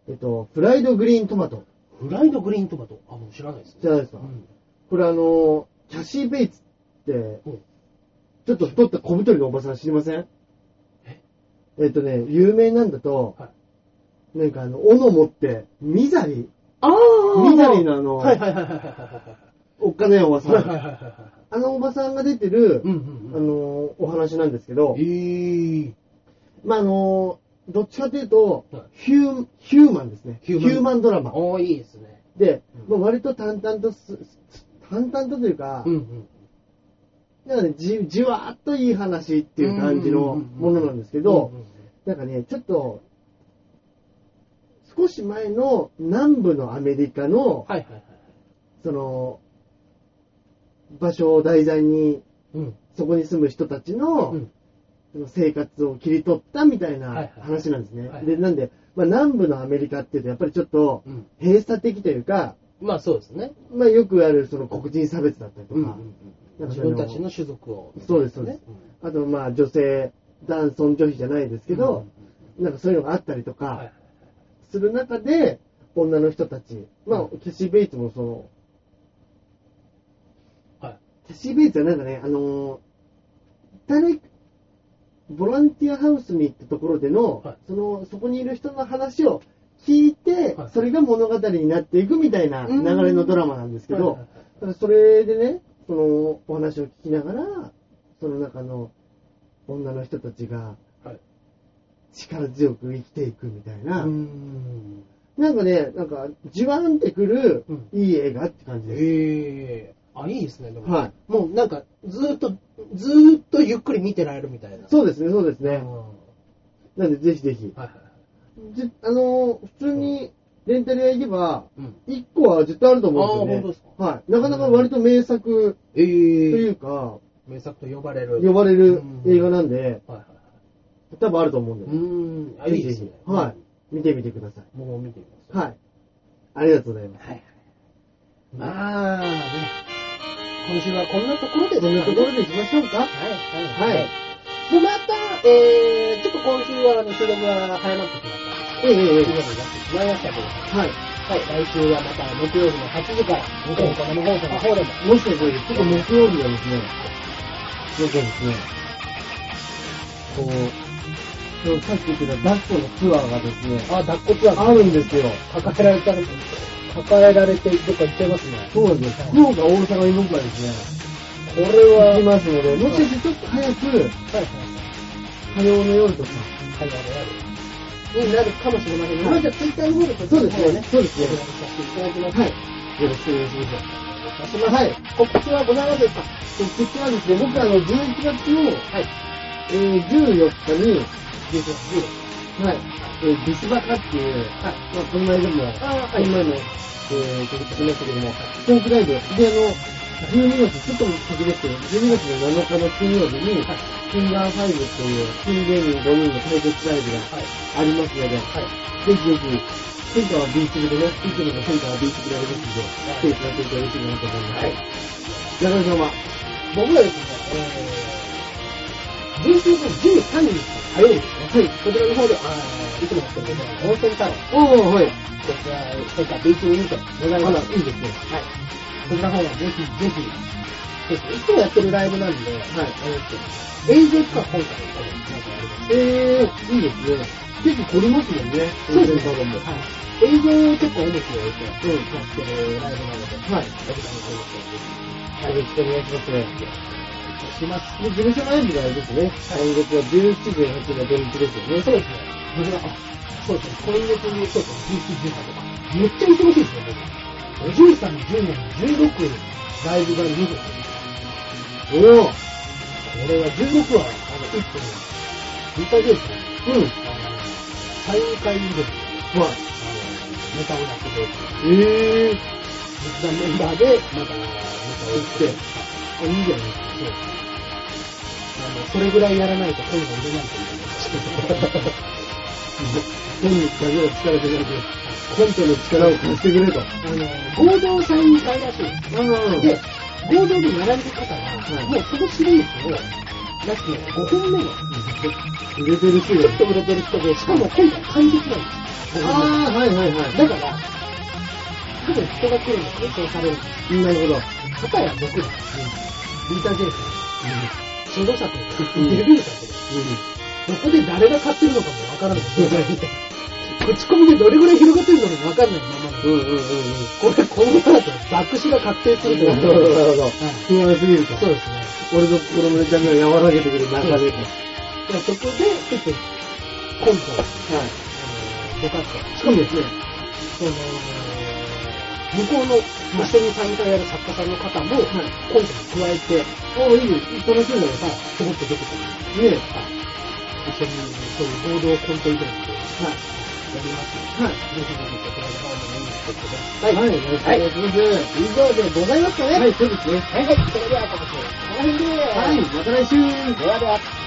えっと、フライドグリーントマト。
フライドグリーントマト。あ、もう知らないですね。
じゃないですか。
うん。
これあの、キャシー・ベイツって、
うん
ちょっと太った小太りのおばさん知りませんえっとね、有名なんだと、
はい
なんかあの、斧持って、ミザリ、
ああ
緑のあの
はいはいはいはいはいは
おっかねえおばさ
いはい。はいはいはいは
ん。
いはい。
あのおばさんが出てる
う、んうん
あ
うん。
の、お話なんですけど
え、ー。
まあ、あの、どっちかというと
はい、
ヒュー、ヒューマンですね。
ヒ
ヒ
ュ
ュ
ーマン
ーマンドラマ。
おー、いいですね。
で、
う
ま
ん
あ、割と淡々とす、す淡々とというか、
うんうん。
なんかね、じじわーっといい話っていう感じのものなんですけ
う
ど
んうんうん、
なんかね、ちょっと、少し前の南部のアメリカの、
はいはいはいはい。
その、場所を題材に、
うん。
そこに住む人たち
う
の
ん
生活を切り取ったみた
は
い
いは
ない話なんですね
はい。
で、なんで、まあ、南部のアメリカっていうと、やっぱりちょっと
うん、
閉鎖的というか、
まあそうですね。
まあ、よくあるその黒人差別だったりと
うんう
か、
んう
なんんか
自分たちの種族を。
そうですそうですあとまあ女性、男尊女卑じゃないですけど、なんかそういうのがあったりと
うんはい
かする中で、女の人たち、まあ
うん、
キャシー・ベイツもその、
はい。
キャシー・ベイツはなんかね、あのー誰、ボランティアハウスに行ったところでの、
はい
その、そこにいる人の話を聞いて、
はい
それが物語になっていくみたいな
うん
流れのドラマなんですけ
はい
ど、
はいはい
だからそれでね、その、お話を聞きながら、その中の女の人たちが、
はい。
力強く生きていくみたいな、
うーん。
なんかね、なんか、じわんってくる
うん、
いい映画って感じです。
ええ。あ、いいですね。でも
はい。
もうなんか、ずーっと、ずーっとゆっくり見てられるみたいな。
そうですね、そうです
う
ね。
ん
なんで、ぜひぜひ。
はいはい。
じあのー普通に、レンタル屋行けば、
うん。
1個は絶対あると思うん
あ
ですよ、ね。
ー本当です
はい。なかなか割と名作
ええ
というか、
名作と呼ばれる。
呼ばれる映画
な。
なんで、
はいはいはい。
多分あると思うん
う
で、
ーん。あ、
ぜ
い
ひ
い
ぜ
で
ひ
すね。
はい。見てみてください。
い。もう見てみます。
はい。ありがとうございます。
はい。まあね、今週はこんなところで
そんなところ
で。
で行きましょうか。
はい、
はい
はい。で、また、えー、ちょっと今週はあの収録が早まってきました。
えええええ
と
え
いうことになってしまいましたけど、は
はい。
い、来週はまた木曜日の8時から、向こうの子供放送の方でも、
もしかこれ、ちょっと木曜日はですね、なんかですね、こう、そのさっき言ってたダッコのツアーがですね、
あ、脱骨は
あるんですよ。
抱えられたら、抱えられてどっか行っちゃいますね。
そうなんですよ。福岡、大阪、今からですね、
これは、
行きますので、もしかしてちょっと早く、
はい
火曜の夜とか、
はいはいはいになるかもしれませんが、まあじゃあツイッターの方で
そうですねそうです
お
ね
願いさせていただきます。
はい。よろしくお願いします。
はい。告知はございますでしょうか
でこちらはですね、僕あの、11月の、
はい。
えー、14日に、
11月10
はい、えー、ビスバカっていう、
はい
まあ、この間も、
あーはい
今も、えー、告知しましたけども、トークライブ、で、あの、12月、ちょっと先ですけど、12月の7日の金曜日に、
はい
フィンガー5という、新芸人5人の対決ライブが
はい。
ありますので、
はい。
ぜひぜひ、センターはビーチ部でね、いつものセンターはビーチ部でやりますので、来ていただけると嬉しいなと思います。
はい。
中野様、
僕らですね、えー、11月13日火曜日ですね。
はい。
こちらの方で、あーいつもやってるけど、温泉太郎。
おー、はい。
こちら、世界ビーチユニットござ
あ
いま
ら、
す。
いいですね。
はい。こちらの方はぜひぜひ、いつもやってるライブなんで、はい。えー、映像か今回のなんかやります。
えー、いいですね。結構凝りますもんね。
そうですね。
温泉太郎も
はい。映像を結構重きを置いて、や
うん
ってるライブなので、お時間がありました
はい。
らぜひ
よろしくお願いします。
します。
で、事務所ライブがあれですね。今月は17時8の土日ですよね。
そうですね。僕ら、あ、そうですね。今月に、そうですね。11、18とか。めっちゃ忙しいですね、僕。53、10年、16、ライブが2分。
おおうん。
俺は16は、あの、1分。2回ですね。あの、3回以上、あの、
まあ、
ネタをやってくれて、
ええー。
仏壇メンバーで、また、ネタをやって、
あ、いいじゃないですか。
そうあの、それぐらいやらないと本が売れないと思います。
本にだけを力でなく、コントの力を貸してくれと。
あの、合同参議会らしいです。
うん
で、合同で並んで方が、
はい
もうそのシリーズを、だって5本目の、
売れてるし。
ちょっと売れてる人で、しかも今回完璧なんですよ。
ああ、はいはい
あ
は
だから、多分人が来るのが影響されるんです。
い。なるほど。
片や僕ら、ビーター・ジェイさん、新作のデビュー作で、どこで誰が買ってるのかもわからない。口コミでどれぐらい広がってるのかもわかんないままに。
うんうんうんうん。
これ、この後、爆死が確定すると
なるほど、なる
いう。
ほど
はい。
不安すぎると。
そうですね。
俺の心の痛みを和らげてくれる中で。はい。
でそこで、ちょっと、コントを、あの、出かって、
しかもですね、
その、向こうの一緒に参加やる作家さんの方も、コントに加えて、
ああ、いいです。楽しいんだよ
まあ、ちょこっと出てくる。
ね
一緒に、そういう合同コントイベントを
はい。
やりますので
はい。
ぜひぜひ、こちらの方も見に来てくださ。
はいい、よろしくお願いします。
以上でございますかね。
はい、そうですね。
はい、はい、それでは今週、この辺で、
はい、また来週
ではでは。